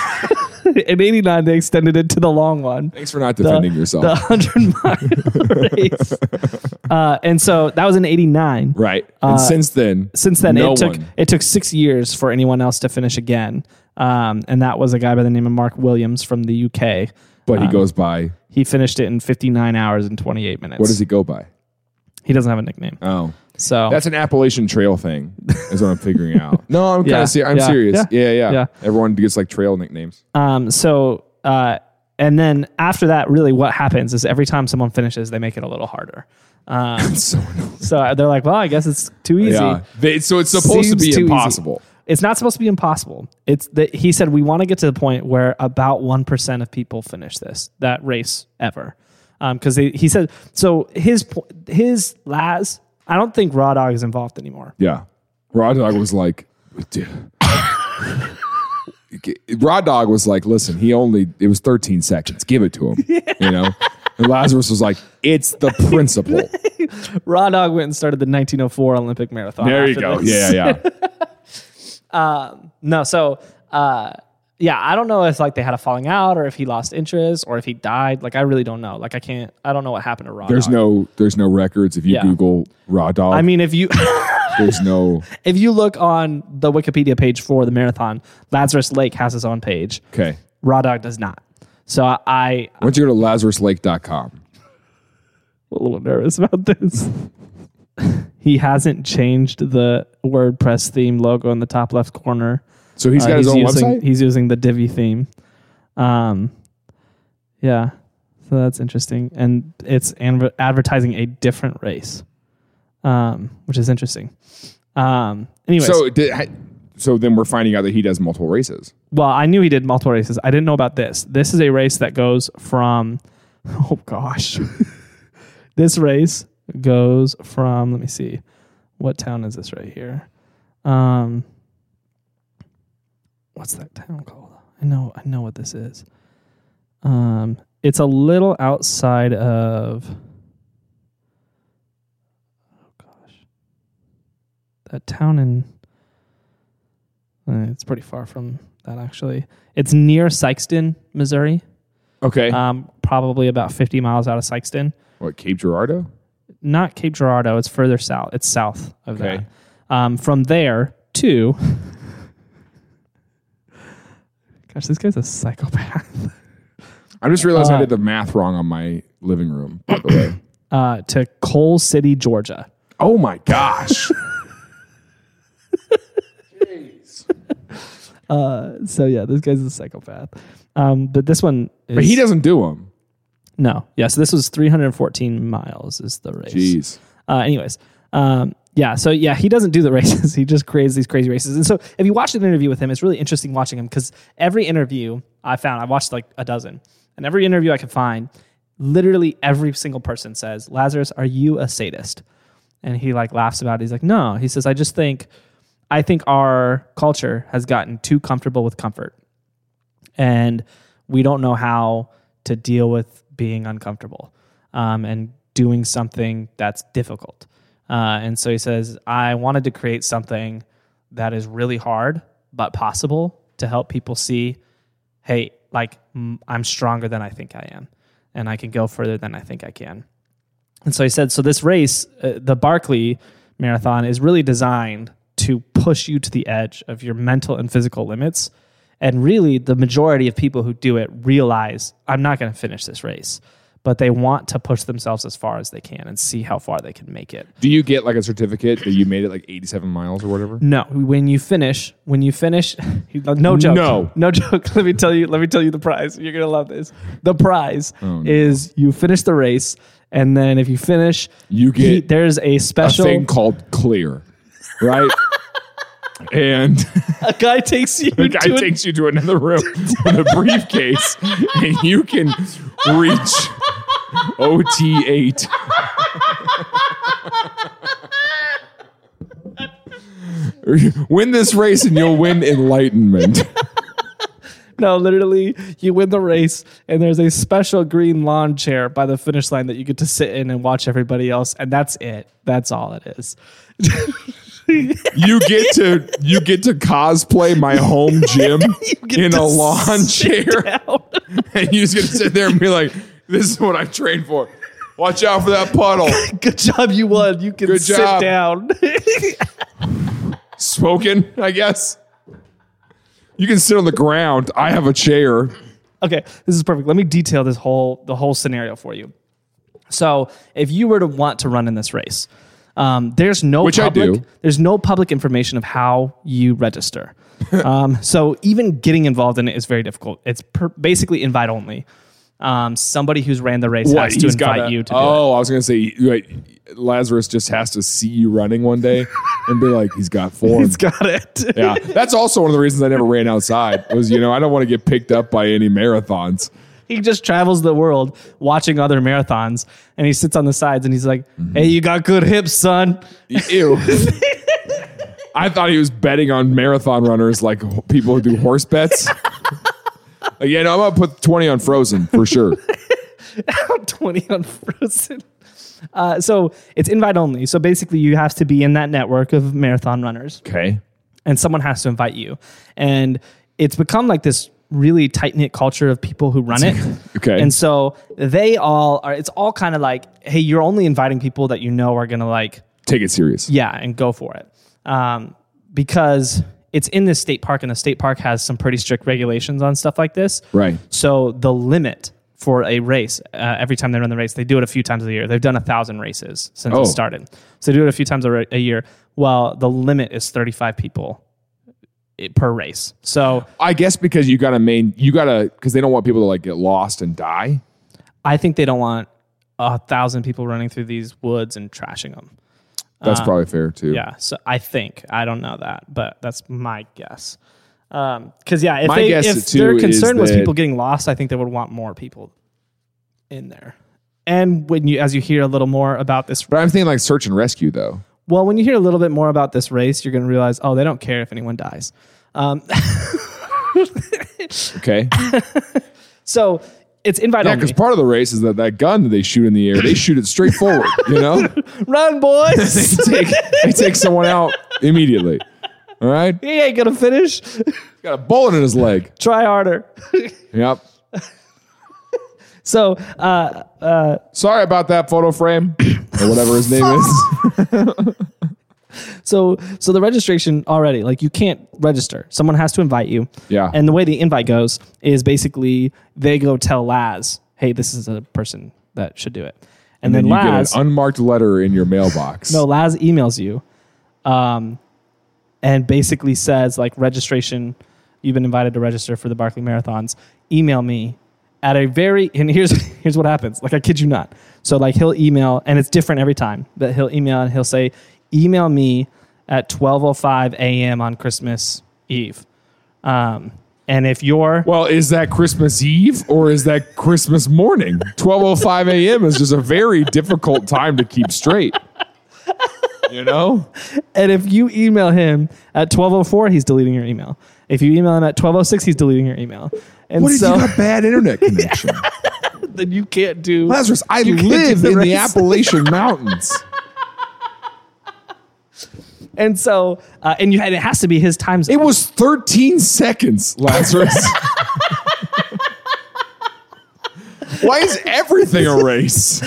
Speaker 4: in '89 they extended it to the long one.
Speaker 2: Thanks for not defending yourself.
Speaker 4: The 100 mile race. Uh, and so that was in 89.
Speaker 2: Right. and since then,
Speaker 4: Uh, Since then,
Speaker 2: no
Speaker 4: it took
Speaker 2: one-
Speaker 4: it took six years for anyone else to finish again. Um, and that was a guy by the name of Mark Williams from the UK.
Speaker 2: but
Speaker 4: uh,
Speaker 2: he goes by.
Speaker 4: He finished it in 59 hours and 28 minutes.
Speaker 2: What does he go by?
Speaker 4: He doesn't have a nickname.
Speaker 2: Oh,
Speaker 4: so
Speaker 2: that's an Appalachian Trail thing, is what I'm figuring out. No, I'm kind
Speaker 4: Yeah,
Speaker 2: of ser- I'm
Speaker 4: yeah,
Speaker 2: serious.
Speaker 4: yeah,
Speaker 2: Yeah yeah,
Speaker 4: yeah.
Speaker 2: Everyone gets like trail nicknames.
Speaker 4: Um, so, uh, and then after that, really what happens is every time someone finishes, they make it a little harder. Um,
Speaker 2: so annoying.
Speaker 4: so they're like, well, I guess it's too easy.
Speaker 2: yeah. They, so it's supposed
Speaker 4: Seems
Speaker 2: to be
Speaker 4: too easy.
Speaker 2: impossible.
Speaker 4: It's not supposed to be impossible. It's that he said we want to get to the point where about one percent of people finish this that race ever, because they he said so. His po- his Laz, I don't think Raw Dog is involved anymore.
Speaker 2: Yeah. Rod Dog was like, dude. Rod Dog was like, listen, he only, it was 13 seconds. Give it to him. You know? And Lazarus was like, it's the principle.
Speaker 4: Raw Dog went and started the 1904 Olympic marathon.
Speaker 2: there you
Speaker 4: after
Speaker 2: go.
Speaker 4: this.
Speaker 2: Yeah, yeah.
Speaker 4: No, so uh, yeah, I don't know if like they had a falling out or if he lost interest or if he died. Like I really don't know. Like I can't. I don't know what happened to Raw.
Speaker 2: There's
Speaker 4: Dog.
Speaker 2: no there's no records. If you
Speaker 4: Yeah.
Speaker 2: Google raw dog,
Speaker 4: I mean, if you
Speaker 2: there's no
Speaker 4: if you look on the Wikipedia page for the marathon, Lazarus Lake has his own page.
Speaker 2: okay.
Speaker 4: Raw Dog does not. So I,
Speaker 2: Why
Speaker 4: I
Speaker 2: don't you go to LazarusLake.com?
Speaker 4: a little nervous about this. he hasn't changed the WordPress theme logo in the top left corner.
Speaker 2: So he's
Speaker 4: Uh,
Speaker 2: got his own
Speaker 4: using,
Speaker 2: website.
Speaker 4: He's using the Divi theme. Um, yeah, so that's interesting, and it's anver- advertising a different race, um, which is interesting. Um, anyways,
Speaker 2: So did, ha- so then we're finding out that he does multiple races.
Speaker 4: well, I knew he did multiple races. I didn't know about this. This is a race that goes from, oh gosh, this race goes from. Let me see, what town is this right here? Um, what's that town called? I know, I know what this is. Um, it's a little outside of. Oh gosh, that town in. Uh, It's pretty far from that actually. It's near Sykeston, Missouri.
Speaker 2: Okay.
Speaker 4: Um, probably about 50 miles out of Sykeston.
Speaker 2: Uh, what Cape Girardeau?
Speaker 4: Not Cape Girardeau. It's further south. It's south of
Speaker 2: Okay.
Speaker 4: that. Um, from there to. Gosh, this guy's a psychopath.
Speaker 2: I'm just realizing
Speaker 4: Uh,
Speaker 2: I did the math wrong on my living room. By the way.
Speaker 4: Uh, to Coal City, Georgia.
Speaker 2: Oh my gosh.
Speaker 4: So yeah, this guy's a psychopath. Um, but this one, is,
Speaker 2: but he doesn't do them.
Speaker 4: no. Yeah, so this was 314 miles is the race.
Speaker 2: Jeez.
Speaker 4: Uh, anyways, um, yeah. So yeah, he doesn't do the races. he just creates these crazy races. And so if you watch an interview with him, it's really interesting watching him because every interview I found, I watched like a dozen, and every interview I could find, literally every single person says, "Lazarus, are you a sadist?" And he like laughs about it. He's like, "No." He says, "I just think, I think our culture has gotten too comfortable with comfort." and we don't know how to deal with being uncomfortable um, and doing something that's difficult. Uh, and so he says, I wanted to create something that is really hard but possible to help people see, hey, like mm, I'm stronger than I think I am, and I can go further than I think I can. And so he said, so this race, uh, the Barclay marathon is really designed to push you to the edge of your mental and physical limits. And really, the majority of people who do it realize, I'm not going to finish this race, but they want to push themselves as far as they can and see how far they can make it.
Speaker 2: Do you get like a certificate that you made it like 87 miles or whatever?
Speaker 4: No, when you finish, when you finish, no joke,
Speaker 2: No.
Speaker 4: no joke. Let me tell you, let me tell you the prize. You're gonna love this. The prize
Speaker 2: Oh,
Speaker 4: is you finish the race, and then if you finish,
Speaker 2: You get
Speaker 4: he- there's a
Speaker 2: A
Speaker 4: special.
Speaker 2: thing called clear, right? and
Speaker 4: a guy takes you
Speaker 2: the guy
Speaker 4: to a
Speaker 2: takes you to another room with a briefcase, and you can reach OT8. win this race and you'll win enlightenment.
Speaker 4: No, literally, you win the race, and there's a special green lawn chair by the finish line that you get to sit in and watch everybody else, and that's it. That's all it is.
Speaker 2: You get to you get to cosplay my home gym
Speaker 4: get
Speaker 2: in
Speaker 4: to
Speaker 2: a lawn chair.
Speaker 4: Down.
Speaker 2: and you just gonna sit there and be like, "This is what I trained for. Watch out for that puddle.
Speaker 4: Good job, you won. You can
Speaker 2: Good
Speaker 4: sit
Speaker 2: job.
Speaker 4: down.
Speaker 2: Smoking, I guess. You can sit on the ground. I have a chair.
Speaker 4: okay, this is perfect. Let me detail this whole the whole scenario for you. So, if you were to want to run in this race, um, there's no
Speaker 2: Which I
Speaker 4: public,
Speaker 2: do.
Speaker 4: There's no public information of how you register. um, so even getting involved in it is very difficult. It's per- basically invite only. Um, somebody who's ran the race has to
Speaker 2: he's
Speaker 4: invite
Speaker 2: gotta-
Speaker 4: you to do it.
Speaker 2: oh, I was gonna say, right, Lazarus just has to see you running one day and be like, "He's got form."
Speaker 4: He's got it.
Speaker 2: yeah, that's also one of the reasons I never ran outside. Was you know I don't want to get picked up by any marathons.
Speaker 4: he just travels the world watching other marathons, and he sits on the sides and he's like,
Speaker 2: Mm-hmm.
Speaker 4: "Hey, you got good hips, son."
Speaker 2: Ew. I thought he was betting on marathon runners, like people who do horse bets. like, yeah, no, I'm gonna put 20 on Frozen for sure.
Speaker 4: 20 on Frozen. Uh, so it's invite only. So basically, you have to be in that network of marathon runners,
Speaker 2: Okay.
Speaker 4: and someone has to invite you. And it's become like this really tight knit culture of people who run it.
Speaker 2: Okay.
Speaker 4: And so they all are, it's all kind of like, hey, you're only inviting people that you know are going to like
Speaker 2: Take it serious.
Speaker 4: yeah, and go for it. Um, because it's in this state park, and the state park has some pretty strict regulations on stuff like this.
Speaker 2: Right.
Speaker 4: So the limit for a race, uh, every time they run the race, they do it a few times a year. They've done a thousand races since
Speaker 2: Oh.
Speaker 4: it started. So they do it a few times a, ra- a year. Well, the limit is 35 people i- per race. So
Speaker 2: I guess because you gotta main, you gotta, because they don't want people to like get lost and die.
Speaker 4: I think they don't want a thousand people running through these woods and trashing them.
Speaker 2: That's probably fair too.
Speaker 4: Uh-huh. Yeah. So I think I don't know that, but that's my guess. Because yeah, if,
Speaker 2: My
Speaker 4: they,
Speaker 2: guess,
Speaker 4: if
Speaker 2: too,
Speaker 4: their
Speaker 2: is
Speaker 4: concern was
Speaker 2: that-
Speaker 4: people getting lost, I think they would want more people in there. And when you, as you hear a little more about this,
Speaker 2: But I'm thinking like search and rescue though.
Speaker 4: well, when you hear a little bit more about this race, you're going to realize, oh, they don't care if anyone dies. Um,
Speaker 2: Okay.
Speaker 4: So it's invite
Speaker 2: yeah,
Speaker 4: only.
Speaker 2: because part of the race is that that gun that they shoot in the air, they shoot it straight forward. You know,
Speaker 4: Run, boys!
Speaker 2: take, they take someone out immediately. All right.
Speaker 4: he ain't going to finish.
Speaker 2: Got a bullet in his leg.
Speaker 4: Try harder.
Speaker 2: Yep.
Speaker 4: so uh,
Speaker 2: Sorry about that photo frame or whatever his name is.
Speaker 4: So so the registration already, like you can't register. Someone has to invite you.
Speaker 2: Yeah.
Speaker 4: And the way the invite goes is basically they go tell Laz, hey, this is a person that should do it.
Speaker 2: And
Speaker 4: And, then,
Speaker 2: you
Speaker 4: Laz,
Speaker 2: get an unmarked letter in your mailbox.
Speaker 4: no, Laz emails you, um, and basically says like registration. You've been invited to register for the Barkley Marathons. Email me at a very and here's here's what happens. Like I kid you not. So like he'll email and it's different every time. But he'll email and he'll say, email me at 12:05 a.m. on Christmas Eve. Um, and if you're
Speaker 2: Well, is that Christmas Eve or is that Christmas morning? 12:05 a.m. is just a very difficult time to keep straight. You know?
Speaker 4: And if you email him at 1204, he's deleting your email. If you email him at 1206, he's deleting your email. And
Speaker 2: What if
Speaker 4: so
Speaker 2: you got a bad internet connection?
Speaker 4: then you can't do
Speaker 2: Lazarus, I
Speaker 4: You can't
Speaker 2: live
Speaker 4: do the
Speaker 2: in the
Speaker 4: race.
Speaker 2: Appalachian Mountains.
Speaker 4: And so uh, and you and it has to be his time
Speaker 2: It
Speaker 4: zone.
Speaker 2: was 13 seconds, Lazarus. Why is everything a race?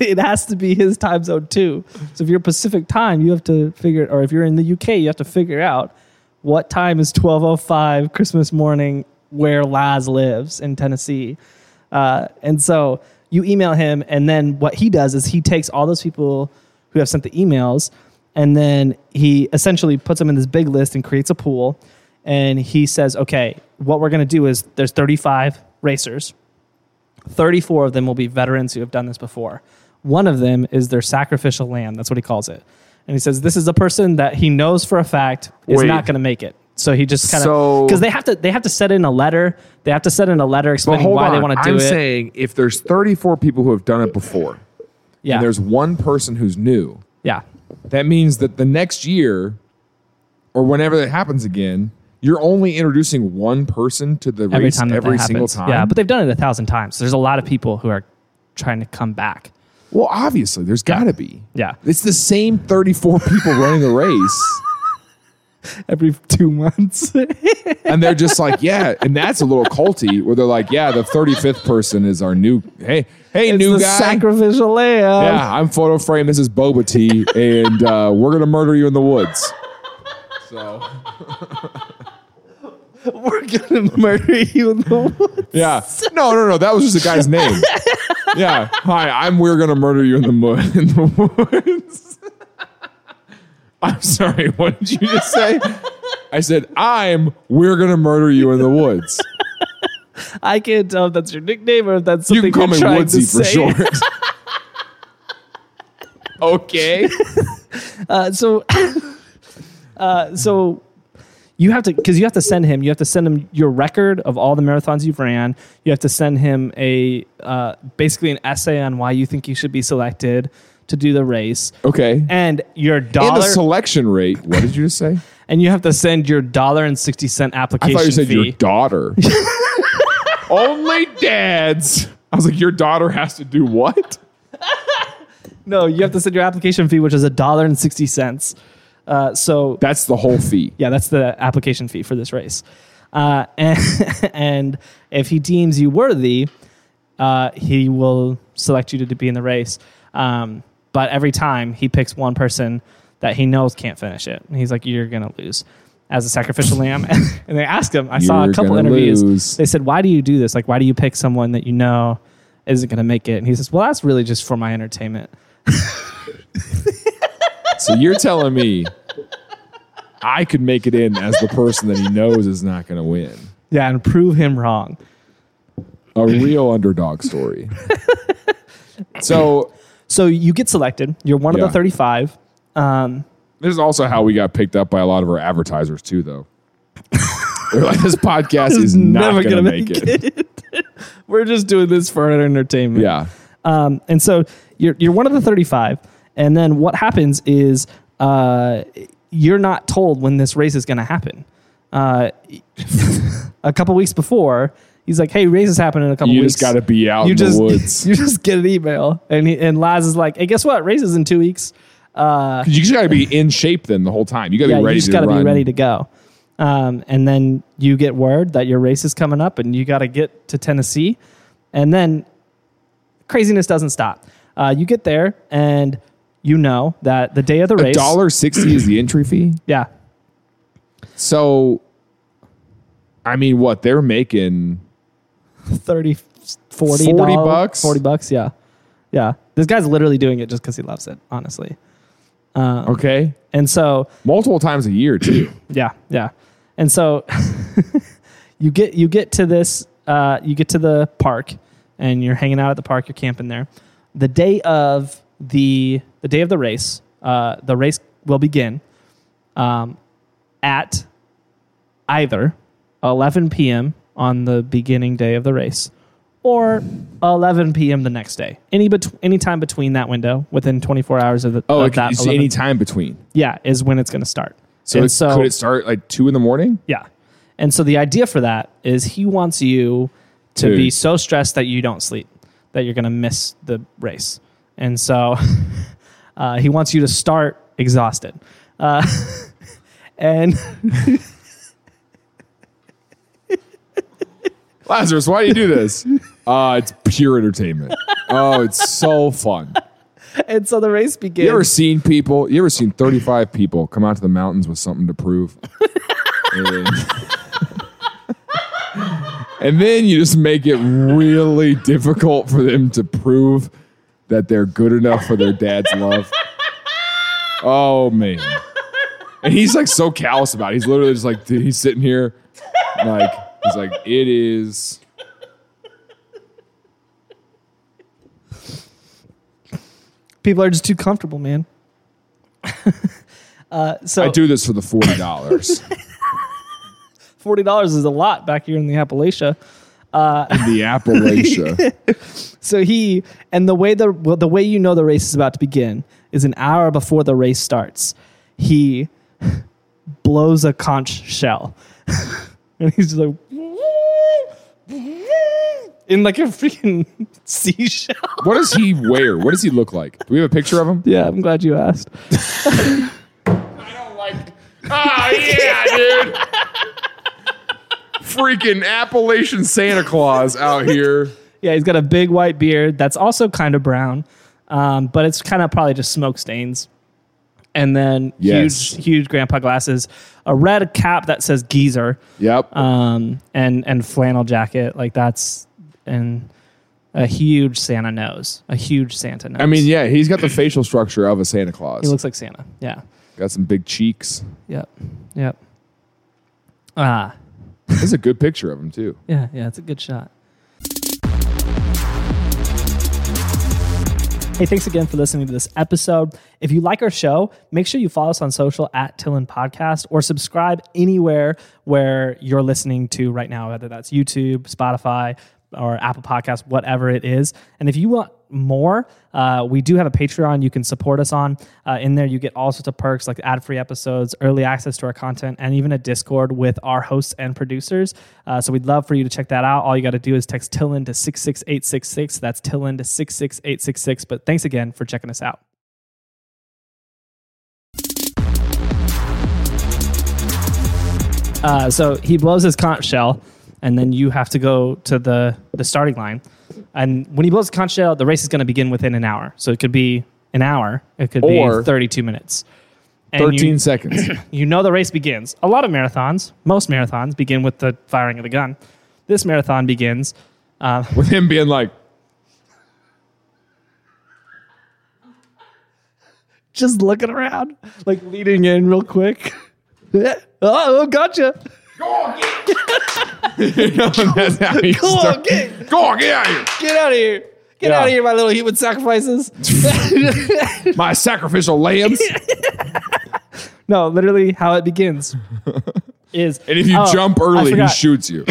Speaker 4: it has to be his time zone too. So if you're Pacific time, you have to figure, or if you're in the UK, you have to figure out what time is 12:05 Christmas morning where Laz lives in Tennessee. Uh, and so you email him, and then what he does is he takes all those people who have sent the emails, and then he essentially puts them in this big list and creates a pool. And he says, okay, what we're going to do is there's 35 racers, 34 of them will be veterans who have done this before. One of them is their sacrificial lamb. That's what he calls it. And he says this is a person that he knows for a fact is
Speaker 2: Wait.
Speaker 4: not going to make it. So he just kind
Speaker 2: So-
Speaker 4: of because they have to they have to set in a letter. They have to set in a letter
Speaker 2: But
Speaker 4: explaining
Speaker 2: hold
Speaker 4: why
Speaker 2: on.
Speaker 4: they want to do
Speaker 2: I'm
Speaker 4: it.
Speaker 2: saying if there's 34 people who have done it before,
Speaker 4: yeah,
Speaker 2: and there's one person who's new,
Speaker 4: yeah,
Speaker 2: that means that the next year or whenever that happens again, you're only introducing one person to the
Speaker 4: every
Speaker 2: race
Speaker 4: time that
Speaker 2: every
Speaker 4: that
Speaker 2: single
Speaker 4: happens.
Speaker 2: time.
Speaker 4: Yeah, but they've done it a thousand times. There's a lot of people who are trying to come back.
Speaker 2: well, obviously, there's got to be.
Speaker 4: Yeah.
Speaker 2: It's the same 34 people running the race.
Speaker 4: Every two months.
Speaker 2: And they're just like, yeah. And that's a little culty where they're like, yeah, the 35th person is our new, hey, hey,
Speaker 4: it's
Speaker 2: new
Speaker 4: the
Speaker 2: guy.
Speaker 4: sacrificial lamb.
Speaker 2: yeah, I'm Photo Frame. This is Boba Tea. and uh, we're going to murder you in the woods. So,
Speaker 4: We're gonna murder you in the woods.
Speaker 2: yeah. No, no, no. That was just a guy's name. Yeah. Hi, I'm We're Going to Murder You in the, mo- in the Woods. I'm sorry. What did you just say? I said, I'm We're Going to Murder You in the Woods.
Speaker 4: I can't tell if that's your nickname or if that's
Speaker 2: You
Speaker 4: something
Speaker 2: can
Speaker 4: you
Speaker 2: call
Speaker 4: are
Speaker 2: me
Speaker 4: trying
Speaker 2: Woodsy
Speaker 4: to
Speaker 2: for
Speaker 4: say.
Speaker 2: short. okay.
Speaker 4: Uh, so, uh, so you have to because you have to send him. You have to send him your record of all the marathons you've ran. You have to send him a uh, basically an essay on why you think you should be selected to do the race.
Speaker 2: Okay. And,
Speaker 4: And your
Speaker 2: the
Speaker 4: dollar,
Speaker 2: selection rate. What did you just say?
Speaker 4: and you have to send your dollar and sixty cent
Speaker 2: I
Speaker 4: application
Speaker 2: thought you said
Speaker 4: fee.
Speaker 2: your daughter. Only dads. I was like, your daughter has to do what?
Speaker 4: no, you have to send your application fee, which is a dollar and sixty cents. Uh, so
Speaker 2: That's the whole fee.
Speaker 4: yeah, that's the application fee for this race. Uh, and, and if he deems you worthy, uh, he will select you to, to be in the race. Um, but every time he picks one person that he knows can't finish it, and he's like, "You're gonna lose." As a sacrificial lamb, and they asked him. I saw a
Speaker 2: You're
Speaker 4: couple
Speaker 2: gonna
Speaker 4: interviews.
Speaker 2: lose.
Speaker 4: They said, "Why do you do this? Like, why do you pick someone that you know isn't going to make it?" And he says, "Well, that's really just for my entertainment."
Speaker 2: So you're telling me I could make it in as the person that he knows is not going to win.
Speaker 4: Yeah, and prove him wrong.
Speaker 2: A real underdog story. So
Speaker 4: So you get selected. You're one of
Speaker 2: Yeah.
Speaker 4: the 35. Um,
Speaker 2: This is also how we got picked up by a lot of our advertisers too, though. They're like, this podcast is not
Speaker 4: never
Speaker 2: going to
Speaker 4: gonna
Speaker 2: make,
Speaker 4: make
Speaker 2: it.
Speaker 4: We're just doing this for our entertainment.
Speaker 2: Yeah.
Speaker 4: Um, and so you're you're one of the 35, and then what happens is uh, you're not told when this race is going to happen. Uh, a couple weeks before, he's like, "Hey, race is happening in a couple
Speaker 2: You
Speaker 4: weeks."
Speaker 2: just got to be out
Speaker 4: you
Speaker 2: in
Speaker 4: just
Speaker 2: the woods.
Speaker 4: you just get an email, and he, and Laz is like, "Hey, guess what? Race is in two weeks."
Speaker 2: 'Cause you just got to be in shape then the whole time. You got to
Speaker 4: yeah,
Speaker 2: be ready
Speaker 4: you just
Speaker 2: to
Speaker 4: got to be
Speaker 2: run.
Speaker 4: ready to go. Um, and then you get word that your race is coming up, and you got to get to Tennessee. And then craziness doesn't stop. Uh, you get there, and you know that the day of the
Speaker 2: A
Speaker 4: race,
Speaker 2: dollar sixty is the entry fee.
Speaker 4: yeah,
Speaker 2: So, I mean, what they're making?
Speaker 4: 30, 40,
Speaker 2: 40
Speaker 4: doll-
Speaker 2: bucks?
Speaker 4: forty bucks. Yeah, yeah. This guy's literally doing it just because he loves it, honestly. Um,
Speaker 2: Okay,
Speaker 4: And so
Speaker 2: multiple times a year too.
Speaker 4: Yeah, yeah. And so you get you get to this uh, you get to the park and you're hanging out at the park, you're camping there. The day of the the day of the race, uh, the race will begin um, at either 11 p.m. on the beginning day of the race or 11 p.m. the next day. Any bet- any time between that window within 24 hours of the
Speaker 2: Oh,
Speaker 4: of
Speaker 2: it,
Speaker 4: that
Speaker 2: it's
Speaker 4: 11
Speaker 2: any time between.
Speaker 4: yeah is when it's going to start.
Speaker 2: So,
Speaker 4: And
Speaker 2: it, could it start like two in the morning?
Speaker 4: yeah. And so the idea for that is he wants you to
Speaker 2: Dude.
Speaker 4: be so stressed that you don't sleep, that you're going to miss the race. And so uh, he wants you to start exhausted. Uh, and
Speaker 2: Lazarus, why do you do this? Uh, it's pure entertainment. oh, it's so fun.
Speaker 4: And so the race
Speaker 2: You ever
Speaker 4: begins.
Speaker 2: seen people? You ever seen 35 people come out to the mountains with something to prove? and, and then you just make it really difficult for them to prove that they're good enough for their dad's love. Oh, man. And he's like so callous about it. He's literally just like, dude, he's sitting here. Like, he's like, it is.
Speaker 4: People are just too comfortable, man. uh, so
Speaker 2: I do this for the $40.
Speaker 4: forty dollars is a lot back here in the Appalachia.
Speaker 2: the Appalachia.
Speaker 4: So he and the way the well, the way you know the race is about to begin is an hour before the race starts. He blows a conch shell, and he's just like in like a freaking seashell.
Speaker 2: What does he wear? What does he look like? Do we have a picture of him?
Speaker 4: Yeah, I'm glad you asked.
Speaker 2: Oh yeah, dude. Freaking Appalachian Santa Claus out here.
Speaker 4: Yeah, he's got a big white beard that's also kind of brown, um, but it's kind of probably just smoke stains. And then
Speaker 2: Yes.
Speaker 4: huge, huge grandpa glasses, a red cap that says geezer,
Speaker 2: Yep.
Speaker 4: um, and and flannel jacket like that's and a huge Santa nose, a huge Santa nose.
Speaker 2: I mean, yeah, he's got the facial structure of a Santa
Speaker 4: he
Speaker 2: Claus.
Speaker 4: looks like Santa. Yeah,
Speaker 2: got some big cheeks.
Speaker 4: yep, yep. Ah,
Speaker 2: This is a good picture of him too.
Speaker 4: yeah, yeah. It's a good shot. Hey, thanks again for listening to this episode. If you like our show, make sure you follow us on social at Tillin Podcast or subscribe anywhere where you're listening to right now, whether that's YouTube, Spotify, or Apple Podcasts, whatever it is. And if you want more, uh, we do have a Patreon you can support us on. Uh, in there, you get all sorts of perks like ad free episodes, early access to our content, and even a Discord with our hosts and producers. Uh, so we'd love for you to check that out. All you got to do is text Tillin to 66866. That's Tillin to 66866. But thanks again for checking us out. Uh, so he blows his conch shell, and then you have to go to the, the starting line. And when he blows the conch shell, the race is going to begin within an hour. So it could be an hour, it could
Speaker 2: Or-
Speaker 4: be 32 minutes. And you-
Speaker 2: Thirteen seconds.
Speaker 4: you know the race begins. A lot of marathons, most marathons, begin with the firing of the gun. This marathon begins. Uh,
Speaker 2: With him being like,
Speaker 4: just looking around, like leading in real quick. oh, oh, gotcha.
Speaker 2: you know, that's how he
Speaker 4: Come on,
Speaker 2: starts.
Speaker 4: get,
Speaker 2: Go on, get out of
Speaker 4: get out of here. Get
Speaker 2: Yeah.
Speaker 4: out of here, my little human sacrifices.
Speaker 2: here. My sacrificial lambs.
Speaker 4: no, literally, how it begins is.
Speaker 2: And if you
Speaker 4: Oh,
Speaker 2: jump
Speaker 4: I
Speaker 2: early, he
Speaker 4: forgot.
Speaker 2: shoots you.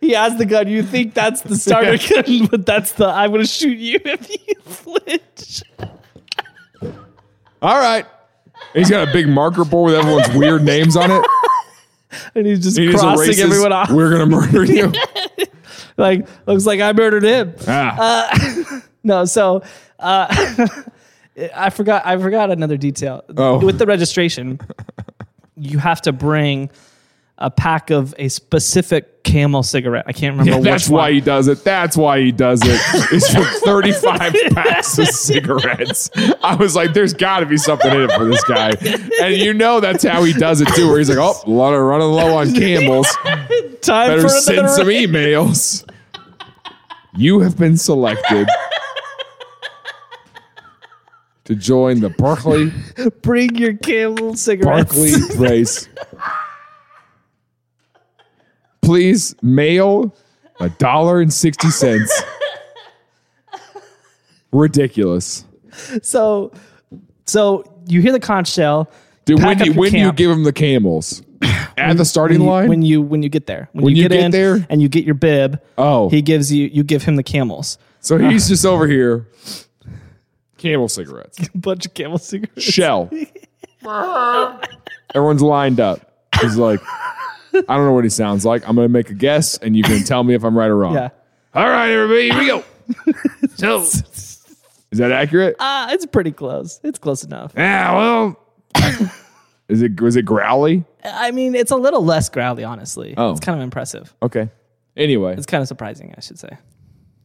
Speaker 4: He has the gun. You think that's the starter gun, but that's the I'm going to shoot you if you flinch.
Speaker 2: All right. He's got a big marker board with everyone's weird names on it.
Speaker 4: And he's just
Speaker 2: He just
Speaker 4: crossing
Speaker 2: erases,
Speaker 4: everyone off.
Speaker 2: We're gonna murder you.
Speaker 4: Like, looks like I murdered him.
Speaker 2: Ah.
Speaker 4: Uh, No, so uh, I forgot. I forgot another detail.
Speaker 2: Oh.
Speaker 4: With the registration, you have to bring a pack of a specific Camel cigarette. I can't remember.
Speaker 2: Yeah,
Speaker 4: which
Speaker 2: that's
Speaker 4: one.
Speaker 2: why he does it. That's why he does it. It's for 35 packs of cigarettes. I was like, there's got to be something in it for this guy. And you know that's how he does it too, where he's like, oh, a lot of running low on camels.
Speaker 4: Time for
Speaker 2: Better
Speaker 4: another
Speaker 2: send some
Speaker 4: race.
Speaker 2: emails. You have been selected to join the Berkeley
Speaker 4: Bring your Camel cigarettes.
Speaker 2: Barkley race. Please mail a dollar and sixty cents. Ridiculous,
Speaker 4: So, so you hear the conch shell.
Speaker 2: dude.
Speaker 4: Pack
Speaker 2: when
Speaker 4: up
Speaker 2: do,
Speaker 4: your
Speaker 2: when do you
Speaker 4: camp.
Speaker 2: give him the camels at the starting
Speaker 4: When you,
Speaker 2: line?
Speaker 4: when you when you get there, when,
Speaker 2: When
Speaker 4: you,
Speaker 2: you
Speaker 4: get,
Speaker 2: get
Speaker 4: in
Speaker 2: there?
Speaker 4: and you get your bib,
Speaker 2: oh,
Speaker 4: he gives you you give him the camels,
Speaker 2: so he's just over here. Camel cigarettes,
Speaker 4: bunch of camel cigarettes.
Speaker 2: shell. Everyone's lined up. He's like, I don't know what he sounds like. I'm gonna make a guess, and you can tell me if I'm right or wrong.
Speaker 4: Yeah,
Speaker 2: All right, everybody, here we go. so, is that accurate?
Speaker 4: ah, it's pretty close. It's close enough.
Speaker 2: yeah. Well, is it was it growly?
Speaker 4: I mean, it's a little less growly, honestly.
Speaker 2: Oh.
Speaker 4: It's kind of impressive.
Speaker 2: Okay. Anyway,
Speaker 4: It's kind of surprising, I should say.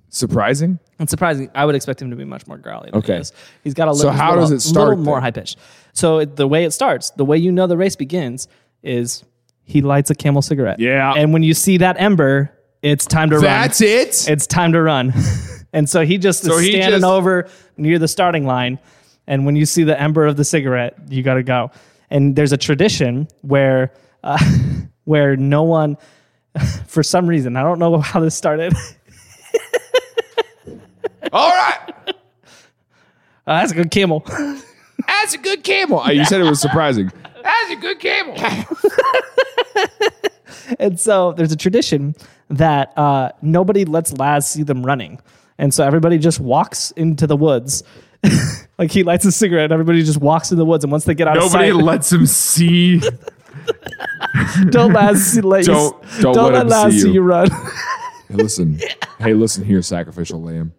Speaker 2: surprising.
Speaker 4: It's surprising. I would expect him to be much more growly. Than
Speaker 2: Okay.
Speaker 4: he is. he's got a
Speaker 2: So
Speaker 4: little,
Speaker 2: how
Speaker 4: little,
Speaker 2: does it start
Speaker 4: little more
Speaker 2: then?
Speaker 4: high pitched. So it, the way it starts, the way you know the race begins, is he lights a Camel cigarette.
Speaker 2: Yeah.
Speaker 4: and when you see that ember, it's time to
Speaker 2: That's
Speaker 4: run.
Speaker 2: it.
Speaker 4: It's time to run. and so he just is
Speaker 2: he
Speaker 4: standing
Speaker 2: just-
Speaker 4: over near the starting line, and when you see the ember of the cigarette, you got to go. And there's a tradition where uh, where no one, for some reason, I don't know how this started.
Speaker 2: All right.
Speaker 4: Uh, that's a good camel.
Speaker 2: That's a good camel. Uh, You said it was surprising. That's a good camel.
Speaker 4: And so there's a tradition that uh, nobody lets Laz see them running. And so everybody just walks into the woods. like he lights a cigarette, and everybody just walks in the woods. And once they get out
Speaker 2: Nobody
Speaker 4: of sight,
Speaker 2: lets him see.
Speaker 4: don't Laz see, let you,
Speaker 2: Don't- don't let him
Speaker 4: Laz
Speaker 2: see
Speaker 4: see
Speaker 2: you.
Speaker 4: you run.
Speaker 2: Hey, listen. Hey, listen here, sacrificial lamb.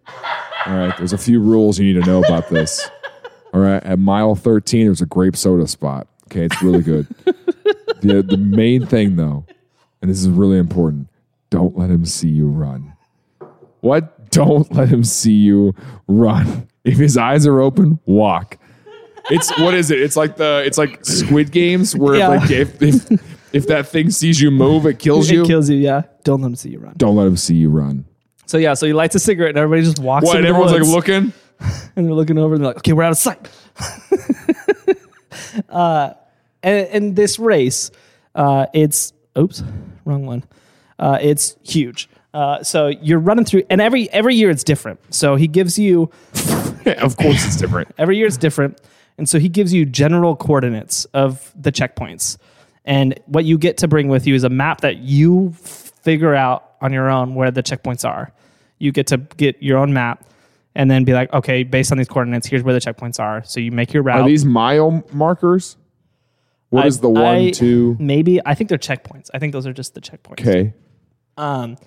Speaker 2: All right. There's a few rules you need to know about this. All right. At mile 13, there's a grape soda spot. Okay. It's really good. the, the main thing, though, and this is really important don't let him see you run. What? Don't let him see you run. If his eyes are open, walk. It's what is it? It's like the it's like Squid Games where
Speaker 4: Yeah.
Speaker 2: like if, if if that thing sees you move, it kills you.
Speaker 4: it kills you, yeah. Don't let him see you run.
Speaker 2: don't let him see you run.
Speaker 4: So yeah, so he lights a cigarette, and everybody just walks.
Speaker 2: What?
Speaker 4: into
Speaker 2: And
Speaker 4: the
Speaker 2: everyone's like
Speaker 4: woods.
Speaker 2: looking.
Speaker 4: and they're looking over and they're like, okay, we're out of sight. uh, and, and this race, uh, it's oops, wrong one. Uh, it's huge. Uh, so you're running through, and every every year it's different. So he gives you
Speaker 2: of course, it's different.
Speaker 4: Every year it's different. And so he gives you general coordinates of the checkpoints. And what you get to bring with you is a map that you f- figure out on your own where the checkpoints are. You get to get your own map and then be like, okay, based on these coordinates, here's where the checkpoints are. So you make your route.
Speaker 2: Are these mile markers? What
Speaker 4: I-
Speaker 2: is the one,
Speaker 4: I-
Speaker 2: two?
Speaker 4: Maybe I think they're checkpoints. I think those are just the checkpoints.
Speaker 2: Okay.
Speaker 4: Um,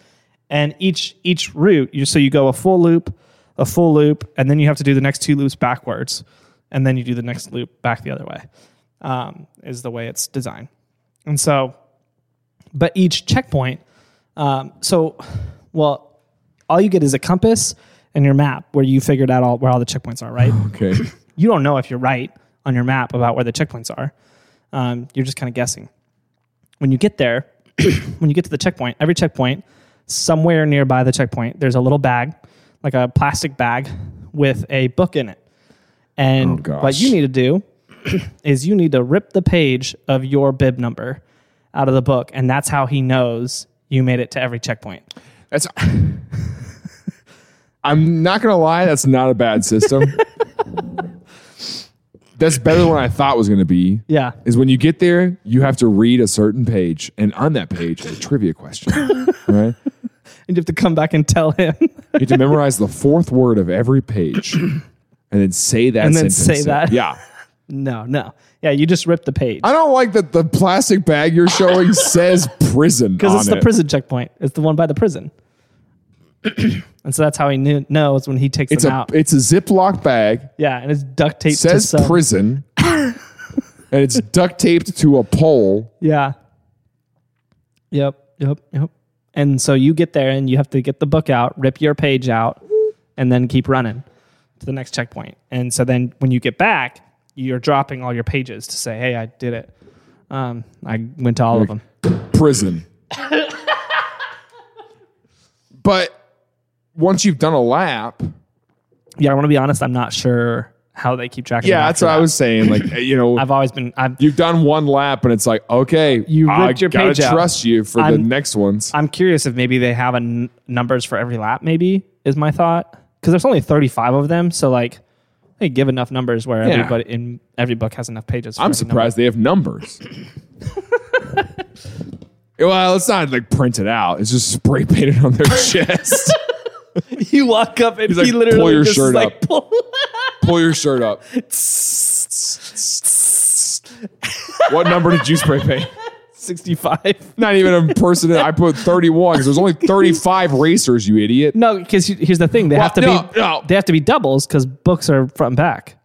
Speaker 4: and each each route, you so you go a full loop, a full loop, and then you have to do the next two loops backwards, and then you do the next loop back the other way. Um, is the way it's designed, and so, but each checkpoint, um, so, well, all you get is a compass and your map where you figured out all where all the checkpoints are, right?
Speaker 2: Okay.
Speaker 4: you don't know if you're right on your map about where the checkpoints are. Um, you're just kind of guessing. When you get there, when you get to the checkpoint, every checkpoint, somewhere nearby the checkpoint, there's a little bag, like a plastic bag with a book in it.
Speaker 2: Oh,
Speaker 4: And
Speaker 2: gosh.
Speaker 4: what you need to do is you need to rip the page of your bib number out of the book. And that's how he knows you made it to every checkpoint.
Speaker 2: That's. I'm not gonna lie. That's not a bad system. that's better than what I thought was gonna be.
Speaker 4: Yeah.
Speaker 2: Is when you get there, you have to read a certain page, and on that page is a trivia question. Right.
Speaker 4: And you have to come back and tell him
Speaker 2: You have to memorize the fourth word of every page, and then say that.
Speaker 4: And then
Speaker 2: sentence.
Speaker 4: say that.
Speaker 2: Yeah.
Speaker 4: no, no. Yeah, you just ripped the page.
Speaker 2: I don't like that the plastic bag you're showing says prison
Speaker 4: Because it's
Speaker 2: on
Speaker 4: the
Speaker 2: it.
Speaker 4: prison checkpoint. It's the one by the prison. and so that's how he knew, knows when he takes
Speaker 2: It's
Speaker 4: them
Speaker 2: a
Speaker 4: out.
Speaker 2: it's a Ziploc bag
Speaker 4: yeah, and it's duct taped
Speaker 2: says
Speaker 4: to some.
Speaker 2: prison, and it's duct taped to a pole.
Speaker 4: Yeah. Yep, yep, yep. And so you get there and you have to get the book out, rip your page out, and then keep running to the next checkpoint. And so then when you get back, you're dropping all your pages to say, hey, I did it. Um, I went to all of them.
Speaker 2: Prison. but once you've done a lap,
Speaker 4: Yeah, I want to be honest. I'm not sure how they keep track of them
Speaker 2: yeah, that's
Speaker 4: after
Speaker 2: what I
Speaker 4: that.
Speaker 2: was saying. Like you know,
Speaker 4: I've always been, I've,
Speaker 2: you've done one lap, and it's like okay,
Speaker 4: You
Speaker 2: I
Speaker 4: ripped your
Speaker 2: gotta
Speaker 4: page out.
Speaker 2: trust you for the
Speaker 4: I'm-
Speaker 2: next ones.
Speaker 4: I'm curious if maybe they have a n- numbers for every lap. Maybe is my thought because there's only 35 of them, so like they give enough numbers where
Speaker 2: Yeah.
Speaker 4: everybody in every book has enough pages. For
Speaker 2: I'm
Speaker 4: every number.
Speaker 2: surprised they have numbers. well, it's not like printed out. It's just spray painted on their chest.
Speaker 4: You walk up and
Speaker 2: like,
Speaker 4: he literally
Speaker 2: "Pull your
Speaker 4: just
Speaker 2: shirt
Speaker 4: is like
Speaker 2: up."
Speaker 4: pull.
Speaker 2: Pull your shirt up. what number did you spray paint?
Speaker 4: 65.
Speaker 2: Not even a person. I put 31 because there's only 35 racers, you idiot.
Speaker 4: No, because here's the thing: they have to
Speaker 2: no,
Speaker 4: be
Speaker 2: no.
Speaker 4: they have to be doubles because books are front and back.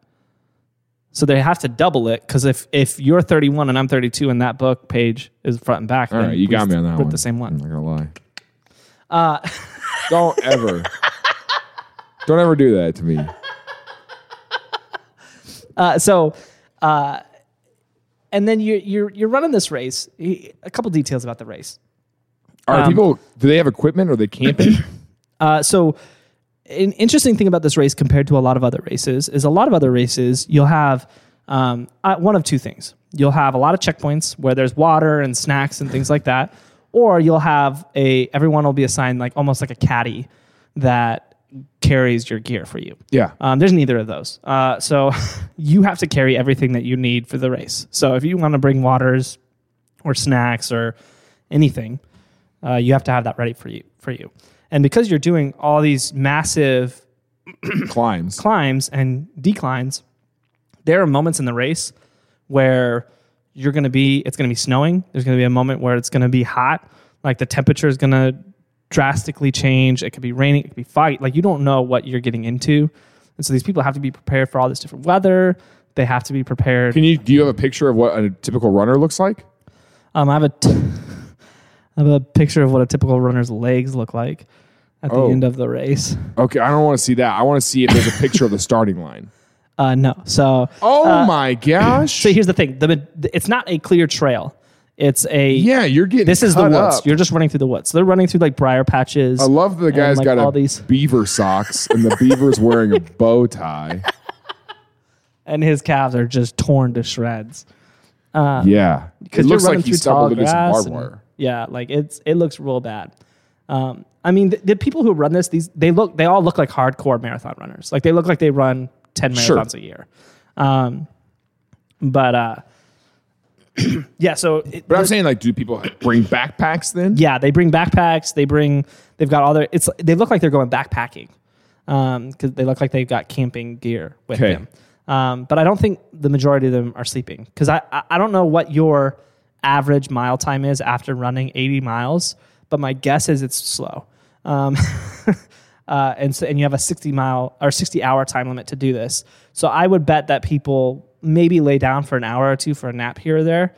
Speaker 4: So they have to double it because if if you're 31 and I'm 32 and that book page is front and back,
Speaker 2: All
Speaker 4: then
Speaker 2: right, you
Speaker 4: we
Speaker 2: got me on that
Speaker 4: rip
Speaker 2: one.
Speaker 4: the same
Speaker 2: I'm
Speaker 4: one.
Speaker 2: not going to lie.
Speaker 4: Uh,
Speaker 2: Don't ever. Don't ever do that to me.
Speaker 4: Uh, so, uh, and then you're you're you're running this race. Y- A couple details about the race.
Speaker 2: Are people? Do they have equipment? Are they camping?
Speaker 4: Uh, so, an interesting thing about this race compared to a lot of other races is a lot of other races you'll have um, uh, one of two things. You'll have a lot of checkpoints where there's water and snacks and things like that, or you'll have a everyone will be assigned like almost like a caddy that carries your gear for you.
Speaker 2: Yeah.
Speaker 4: Um, there's neither of those. Uh, so you have to carry everything that you need for the race. So if you want to bring waters or snacks or anything, uh, you have to have that ready for you for you. And because you're doing all these massive
Speaker 2: Climbs.
Speaker 4: climbs and declines, there are moments in the race where you're going to be it's going to be snowing. There's going to be a moment where it's going to be hot. Like the temperature is going to drastically change. It could be raining. It could be fight. Like you don't know what you're getting into, and so these people have to be prepared for all this different weather. They have to be prepared.
Speaker 2: Can you? Do you have a picture of what a typical runner looks like?
Speaker 4: Um, I have a, t- I have a picture of what a typical runner's legs look like at
Speaker 2: Oh.
Speaker 4: the end of the race.
Speaker 2: Okay, I don't want to see that. I want to see if there's a picture of the starting line.
Speaker 4: Uh, no, so
Speaker 2: Oh my gosh!
Speaker 4: so here's the thing: the, ma- it's not a clear trail. It's a
Speaker 2: yeah, you're getting.
Speaker 4: This is the
Speaker 2: cut
Speaker 4: woods.
Speaker 2: up.
Speaker 4: You're just running through the woods. they're running through like briar patches.
Speaker 2: I love that the guy's
Speaker 4: like,
Speaker 2: got a
Speaker 4: all these-
Speaker 2: beaver socks and the beaver's wearing a bow tie.
Speaker 4: and his calves are just torn to shreds.
Speaker 2: yeah, it
Speaker 4: Uh, because you're
Speaker 2: looks
Speaker 4: running
Speaker 2: like he
Speaker 4: through tall
Speaker 2: stumbled into some
Speaker 4: grass.
Speaker 2: barbed
Speaker 4: and-
Speaker 2: wire.
Speaker 4: yeah, like it's it looks real bad. Um, I mean, the, the people who run this, these they look they all look like hardcore marathon runners. Like they look like they run ten marathons
Speaker 2: Sure.
Speaker 4: a year. Um, but uh, yeah, so it,
Speaker 2: But I'm saying, like, do people bring backpacks then?
Speaker 4: yeah, they bring backpacks. They bring they've got all their it's they look like they're going backpacking because um, they look like they've got camping gear with
Speaker 2: Okay.
Speaker 4: them. Um, but I don't think the majority of them are sleeping because I, I I don't know what your average mile time is after running 80 miles, but my guess is it's slow. Um, uh, and so and you have a 60 mile or 60 hour time limit to do this. So I would bet that people maybe lay down for an hour or two for a nap here or there,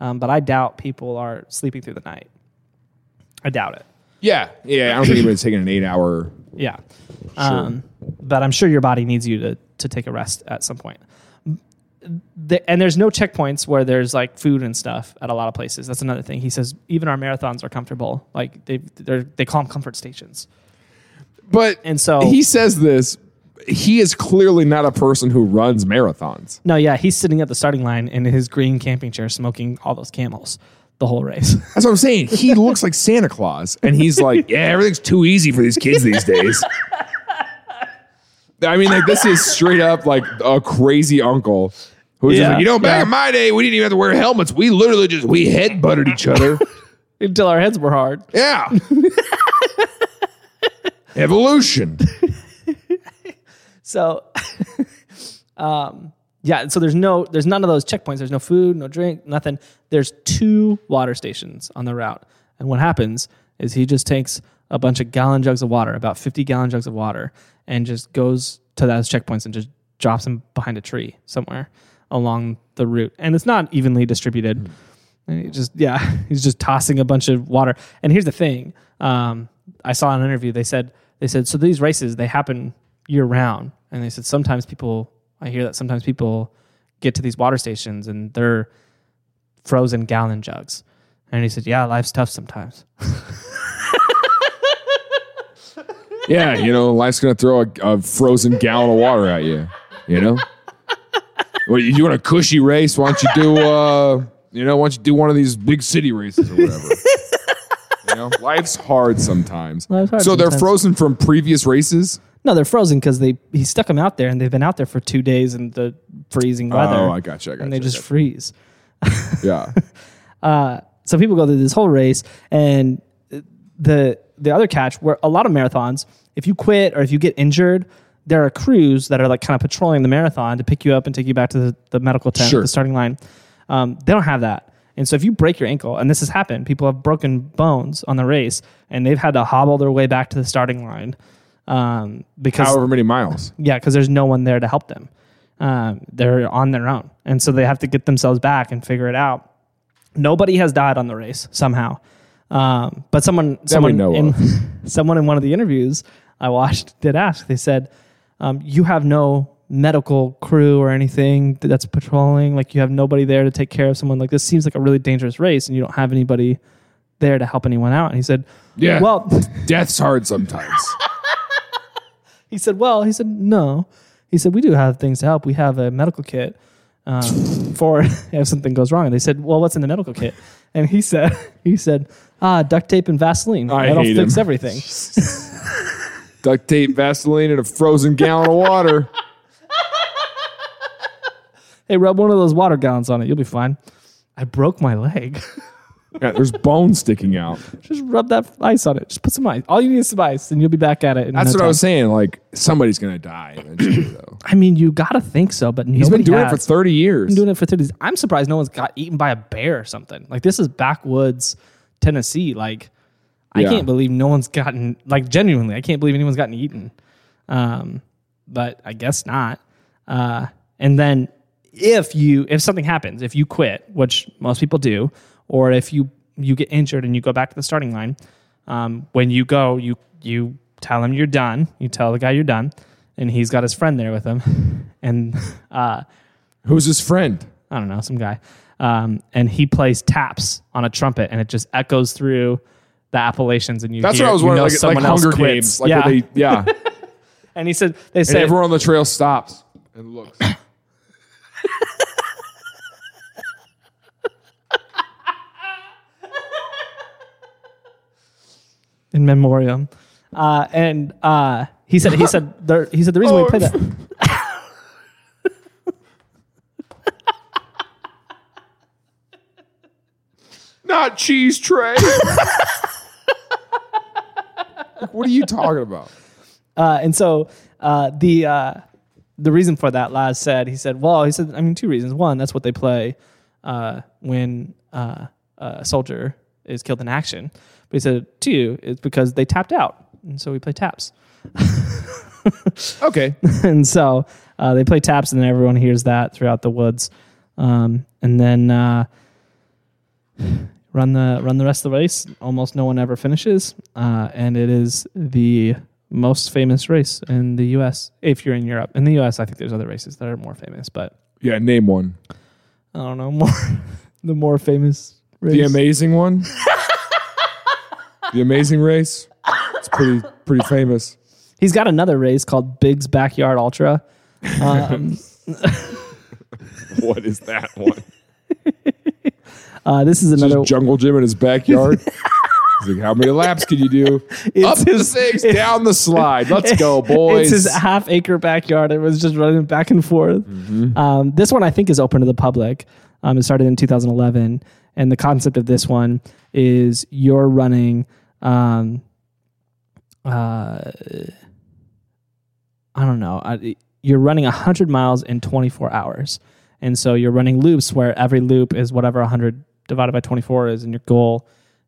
Speaker 4: um, but I doubt people are sleeping through the night. I doubt it.
Speaker 2: yeah, yeah. I don't think anybody's taking an eight-hour.
Speaker 4: Yeah. Um, but I'm sure your body needs you to, to take a rest at some point. The, and there's no checkpoints where there's like food and stuff at a lot of places. That's another thing. He says even our marathons are comfortable. Like they they're, they call them comfort stations.
Speaker 2: But
Speaker 4: And so-
Speaker 2: he says this. He is clearly not a person who runs marathons.
Speaker 4: No, yeah, he's sitting at the starting line in his green camping chair, smoking all those camels the whole race.
Speaker 2: That's what I'm saying. He looks like Santa Claus, and he's like, "Yeah, everything's too easy for these kids these days." I mean, like this is straight up like a crazy uncle who's just
Speaker 4: Yeah,
Speaker 2: like, you know, back
Speaker 4: yeah.
Speaker 2: in my day, we didn't even have to wear helmets. We literally just we head butted each other.
Speaker 4: Until our heads were hard.
Speaker 2: Yeah, evolution.
Speaker 4: So, um, yeah. and So there's no, there's none of those checkpoints. There's no food, no drink, nothing. There's two water stations on the route, and what happens is he just takes a bunch of gallon jugs of water, about 50 gallon jugs of water, and just goes to those checkpoints and just drops them behind a tree somewhere along the route. And it's not evenly distributed. And he just yeah, he's just tossing a bunch of water. And here's the thing: um, I saw in an interview. They said they said so these races they happen year round, and they said sometimes people I hear that sometimes people get to these water stations and they're frozen gallon jugs. And he said, "Yeah, life's tough sometimes."
Speaker 2: Yeah, you know, life's gonna throw a, a frozen gallon of water at you. You know, well, you doing a cushy race? Why don't you do, uh, you know, why don't you do one of these big city races or whatever? you know, life's hard sometimes.
Speaker 4: Life's hard
Speaker 2: so they're
Speaker 4: sometimes.
Speaker 2: frozen from previous races.
Speaker 4: No, they're frozen because they he stuck them out there, and they've been out there for two days in the freezing weather.
Speaker 2: Oh, I gotcha. I gotcha.
Speaker 4: and they
Speaker 2: I
Speaker 4: just freeze.
Speaker 2: gotcha. yeah.
Speaker 4: so Uh, people go through this whole race and the the other catch where a lot of marathons if you quit or if you get injured there are crews that are like kind of patrolling the marathon to pick you up and take you back to the, the medical tent
Speaker 2: Sure.
Speaker 4: the starting line um, they don't have that and so if you break your ankle and this has happened people have broken bones on the race and they've had to hobble their way back to the starting line um, because
Speaker 2: However many miles.
Speaker 4: yeah, because there's no one there to help them. Um, they're on their own, and so they have to get themselves back and figure it out. Nobody has died on the race somehow, Um, but someone, someone
Speaker 2: know
Speaker 4: in someone in one of the interviews I watched did ask. They said, um, "You have no medical crew or anything that's patrolling. Like you have nobody there to take care of someone. Like this seems like a really dangerous race, and you don't have anybody there to help anyone out." And he said,
Speaker 2: Yeah.
Speaker 4: well."
Speaker 2: Death's hard sometimes.
Speaker 4: He said, "Well," he said, "No." He said, "We do have things to help. We have a medical kit um, for if something goes wrong." And they said, "Well, what's in the medical kit?" And he said, "He said, ah, duct tape and Vaseline.
Speaker 2: I
Speaker 4: That'll
Speaker 2: hate
Speaker 4: fix
Speaker 2: him.
Speaker 4: everything."
Speaker 2: Duct tape, Vaseline, and a frozen gallon of water.
Speaker 4: Hey, rub one of those water gallons on it. You'll be fine. I broke my leg.
Speaker 2: Yeah, there's bones sticking out.
Speaker 4: Just rub that ice on it. Just put some ice. All you need is some ice, and you'll be back at it. in
Speaker 2: That's
Speaker 4: no
Speaker 2: what I
Speaker 4: time.
Speaker 2: was saying. Like somebody's gonna die eventually, though.
Speaker 4: I mean, you gotta think so, but
Speaker 2: He's
Speaker 4: nobody
Speaker 2: been doing
Speaker 4: has.
Speaker 2: it for 30 years.
Speaker 4: doing it for 30s. I'm surprised no one's got eaten by a bear or something. Like this is backwoods Tennessee. Like I
Speaker 2: Yeah.
Speaker 4: can't believe no one's gotten like genuinely, I can't believe anyone's gotten eaten. Um, but I guess not. Uh, and then if you if something happens, if you quit, which most people do, or if you you get injured and you go back to the starting line, um, when you go, you you tell him you're done. You tell the guy you're done, and he's got his friend there with him, and uh,
Speaker 2: Who's his friend?
Speaker 4: I don't know, some guy. Um, and he plays taps on a trumpet and it just echoes through the Appalachians and you
Speaker 2: That's
Speaker 4: hear,
Speaker 2: what I was
Speaker 4: you know
Speaker 2: wondering. Like,
Speaker 4: someone
Speaker 2: like
Speaker 4: else
Speaker 2: Hunger
Speaker 4: quits.
Speaker 2: Games. Like
Speaker 4: yeah.
Speaker 2: where they, yeah.
Speaker 4: and he said they
Speaker 2: and
Speaker 4: said
Speaker 2: everyone on the trail stops and looks.
Speaker 4: in memoriam. Uh, and uh, he said he said the, he said the
Speaker 2: Oh.
Speaker 4: reason we play that
Speaker 2: Not cheese tray. Like, what are you talking about?
Speaker 4: Uh, and so uh, the uh, the reason for that, Laz said, he said, well, he said, I mean, two reasons. One, that's what they play uh, when uh, a soldier is killed in action. But he said, two, it's because they tapped out, and so we play taps.
Speaker 2: Okay.
Speaker 4: and so uh, they play taps, and then everyone hears that throughout the woods. Um, and then uh, run the run the rest of the race. Almost no one ever finishes, uh, and it is the most famous race in the U.S. If you're in Europe, in the U.S., I think there's other races that are more famous, but
Speaker 2: Yeah, name one.
Speaker 4: I don't know more the more famous race.
Speaker 2: The amazing one. the amazing race. It's pretty pretty famous.
Speaker 4: He's got another race called Big's Backyard Ultra. Um,
Speaker 2: What is that one?
Speaker 4: Uh, this is
Speaker 2: Just
Speaker 4: another.
Speaker 2: jungle gym in his backyard. He's like, how many laps can you do? Up the
Speaker 4: his-
Speaker 2: six, down the slide. Let's go, boys.
Speaker 4: It's his half acre backyard. It was just running back and forth. Um, this one I think is open to the public. Um, it started in 2011, and the concept of this one is you're running. Um, uh, I don't know. I, you're running 100 miles in 24 hours. And so you're running loops where every loop is whatever 100 divided by 24 is, and your goal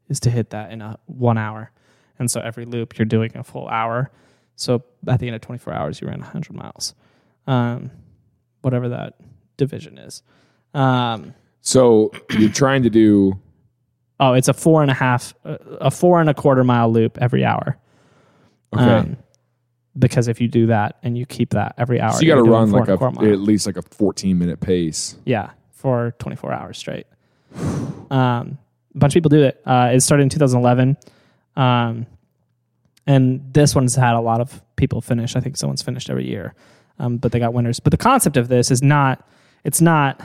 Speaker 4: is to hit that in a, one hour. And so every loop you're doing a full hour. So at the end of 24 hours, you ran 100 miles, um, whatever that division is. Um,
Speaker 2: so you're trying to do
Speaker 4: oh, it's a four and a half, uh, a four and a quarter mile loop every hour.
Speaker 2: okay.
Speaker 4: Um, because if you do that and you keep that every hour,
Speaker 2: so you got to
Speaker 4: you're doing
Speaker 2: run
Speaker 4: four
Speaker 2: like
Speaker 4: and
Speaker 2: a,
Speaker 4: quarter mile.
Speaker 2: at least like a 14 minute pace.
Speaker 4: Yeah, for 24 hours straight. Um, a bunch of people do it. Uh, it started in 2011. Um, and this one's had a lot of people finish. I think someone's finished every year, um, but they got winners. But the concept of this is not, it's not,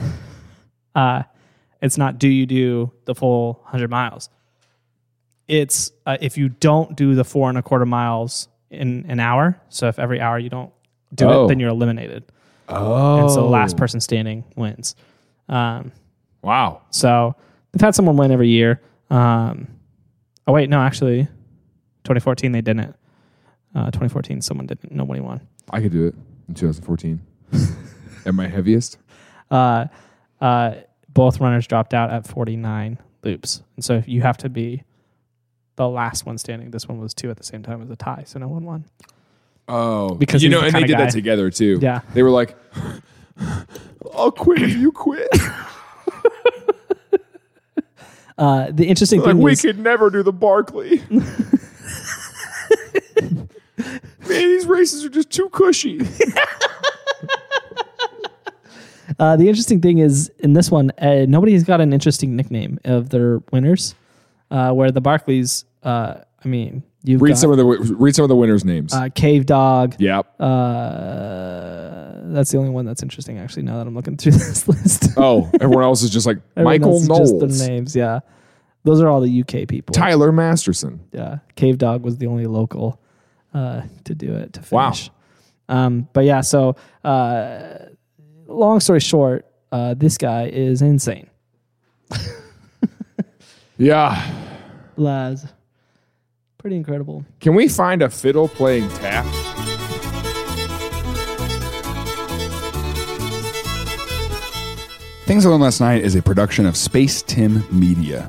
Speaker 4: uh, it's not do you do the full 100 miles? It's uh, if you don't do the four and a quarter miles in an hour. So if every hour you don't do
Speaker 2: Oh.
Speaker 4: it, then you're eliminated.
Speaker 2: Oh,
Speaker 4: And so the last person standing wins. Um,
Speaker 2: wow.
Speaker 4: so they've had someone win every year. Um, oh, wait, no, actually, 2014 they didn't. Uh, 2014 someone didn't. Nobody won.
Speaker 2: I could do it in 2014. At my heaviest,
Speaker 4: Uh, uh, both runners dropped out at 49 loops. And so if you have to be the last one standing. This one was two at the same time as a tie, so no one won.
Speaker 2: oh,
Speaker 4: Because
Speaker 2: you
Speaker 4: he's
Speaker 2: know,
Speaker 4: the
Speaker 2: and they
Speaker 4: kinda
Speaker 2: did
Speaker 4: guy-
Speaker 2: that together too.
Speaker 4: Yeah.
Speaker 2: they were like, "I'll quit if you quit."
Speaker 4: Uh, the interesting
Speaker 5: Like
Speaker 4: thing
Speaker 5: we
Speaker 4: is,
Speaker 5: could never do the Barkley. Man, these races are just too cushy.
Speaker 4: uh, the interesting thing is in this one, uh, nobody's got an interesting nickname of their winners. Uh, where the Barclays, uh, I mean, you've
Speaker 5: Read
Speaker 4: got
Speaker 5: some of the wi- read some of the winners' names.
Speaker 4: uh, Cave Dog.
Speaker 5: yep.
Speaker 4: Uh, that's the only one that's interesting, actually. Now that I'm looking through this list,
Speaker 5: oh, everyone else is just like
Speaker 4: Everyone
Speaker 5: Michael
Speaker 4: else is Just
Speaker 5: Knowles,
Speaker 4: their names, yeah. Those are all the UK people.
Speaker 5: Tyler Masterson.
Speaker 4: yeah, Cave Dog was the only local uh, to do it to
Speaker 5: Wow.
Speaker 4: finish. Um, but yeah, so uh, long story short, uh, this guy is insane.
Speaker 5: Yeah.
Speaker 4: Laz, pretty incredible.
Speaker 5: Can we find a fiddle playing tap?
Speaker 2: Things I Learned Last Night is a production of Space Tim Media.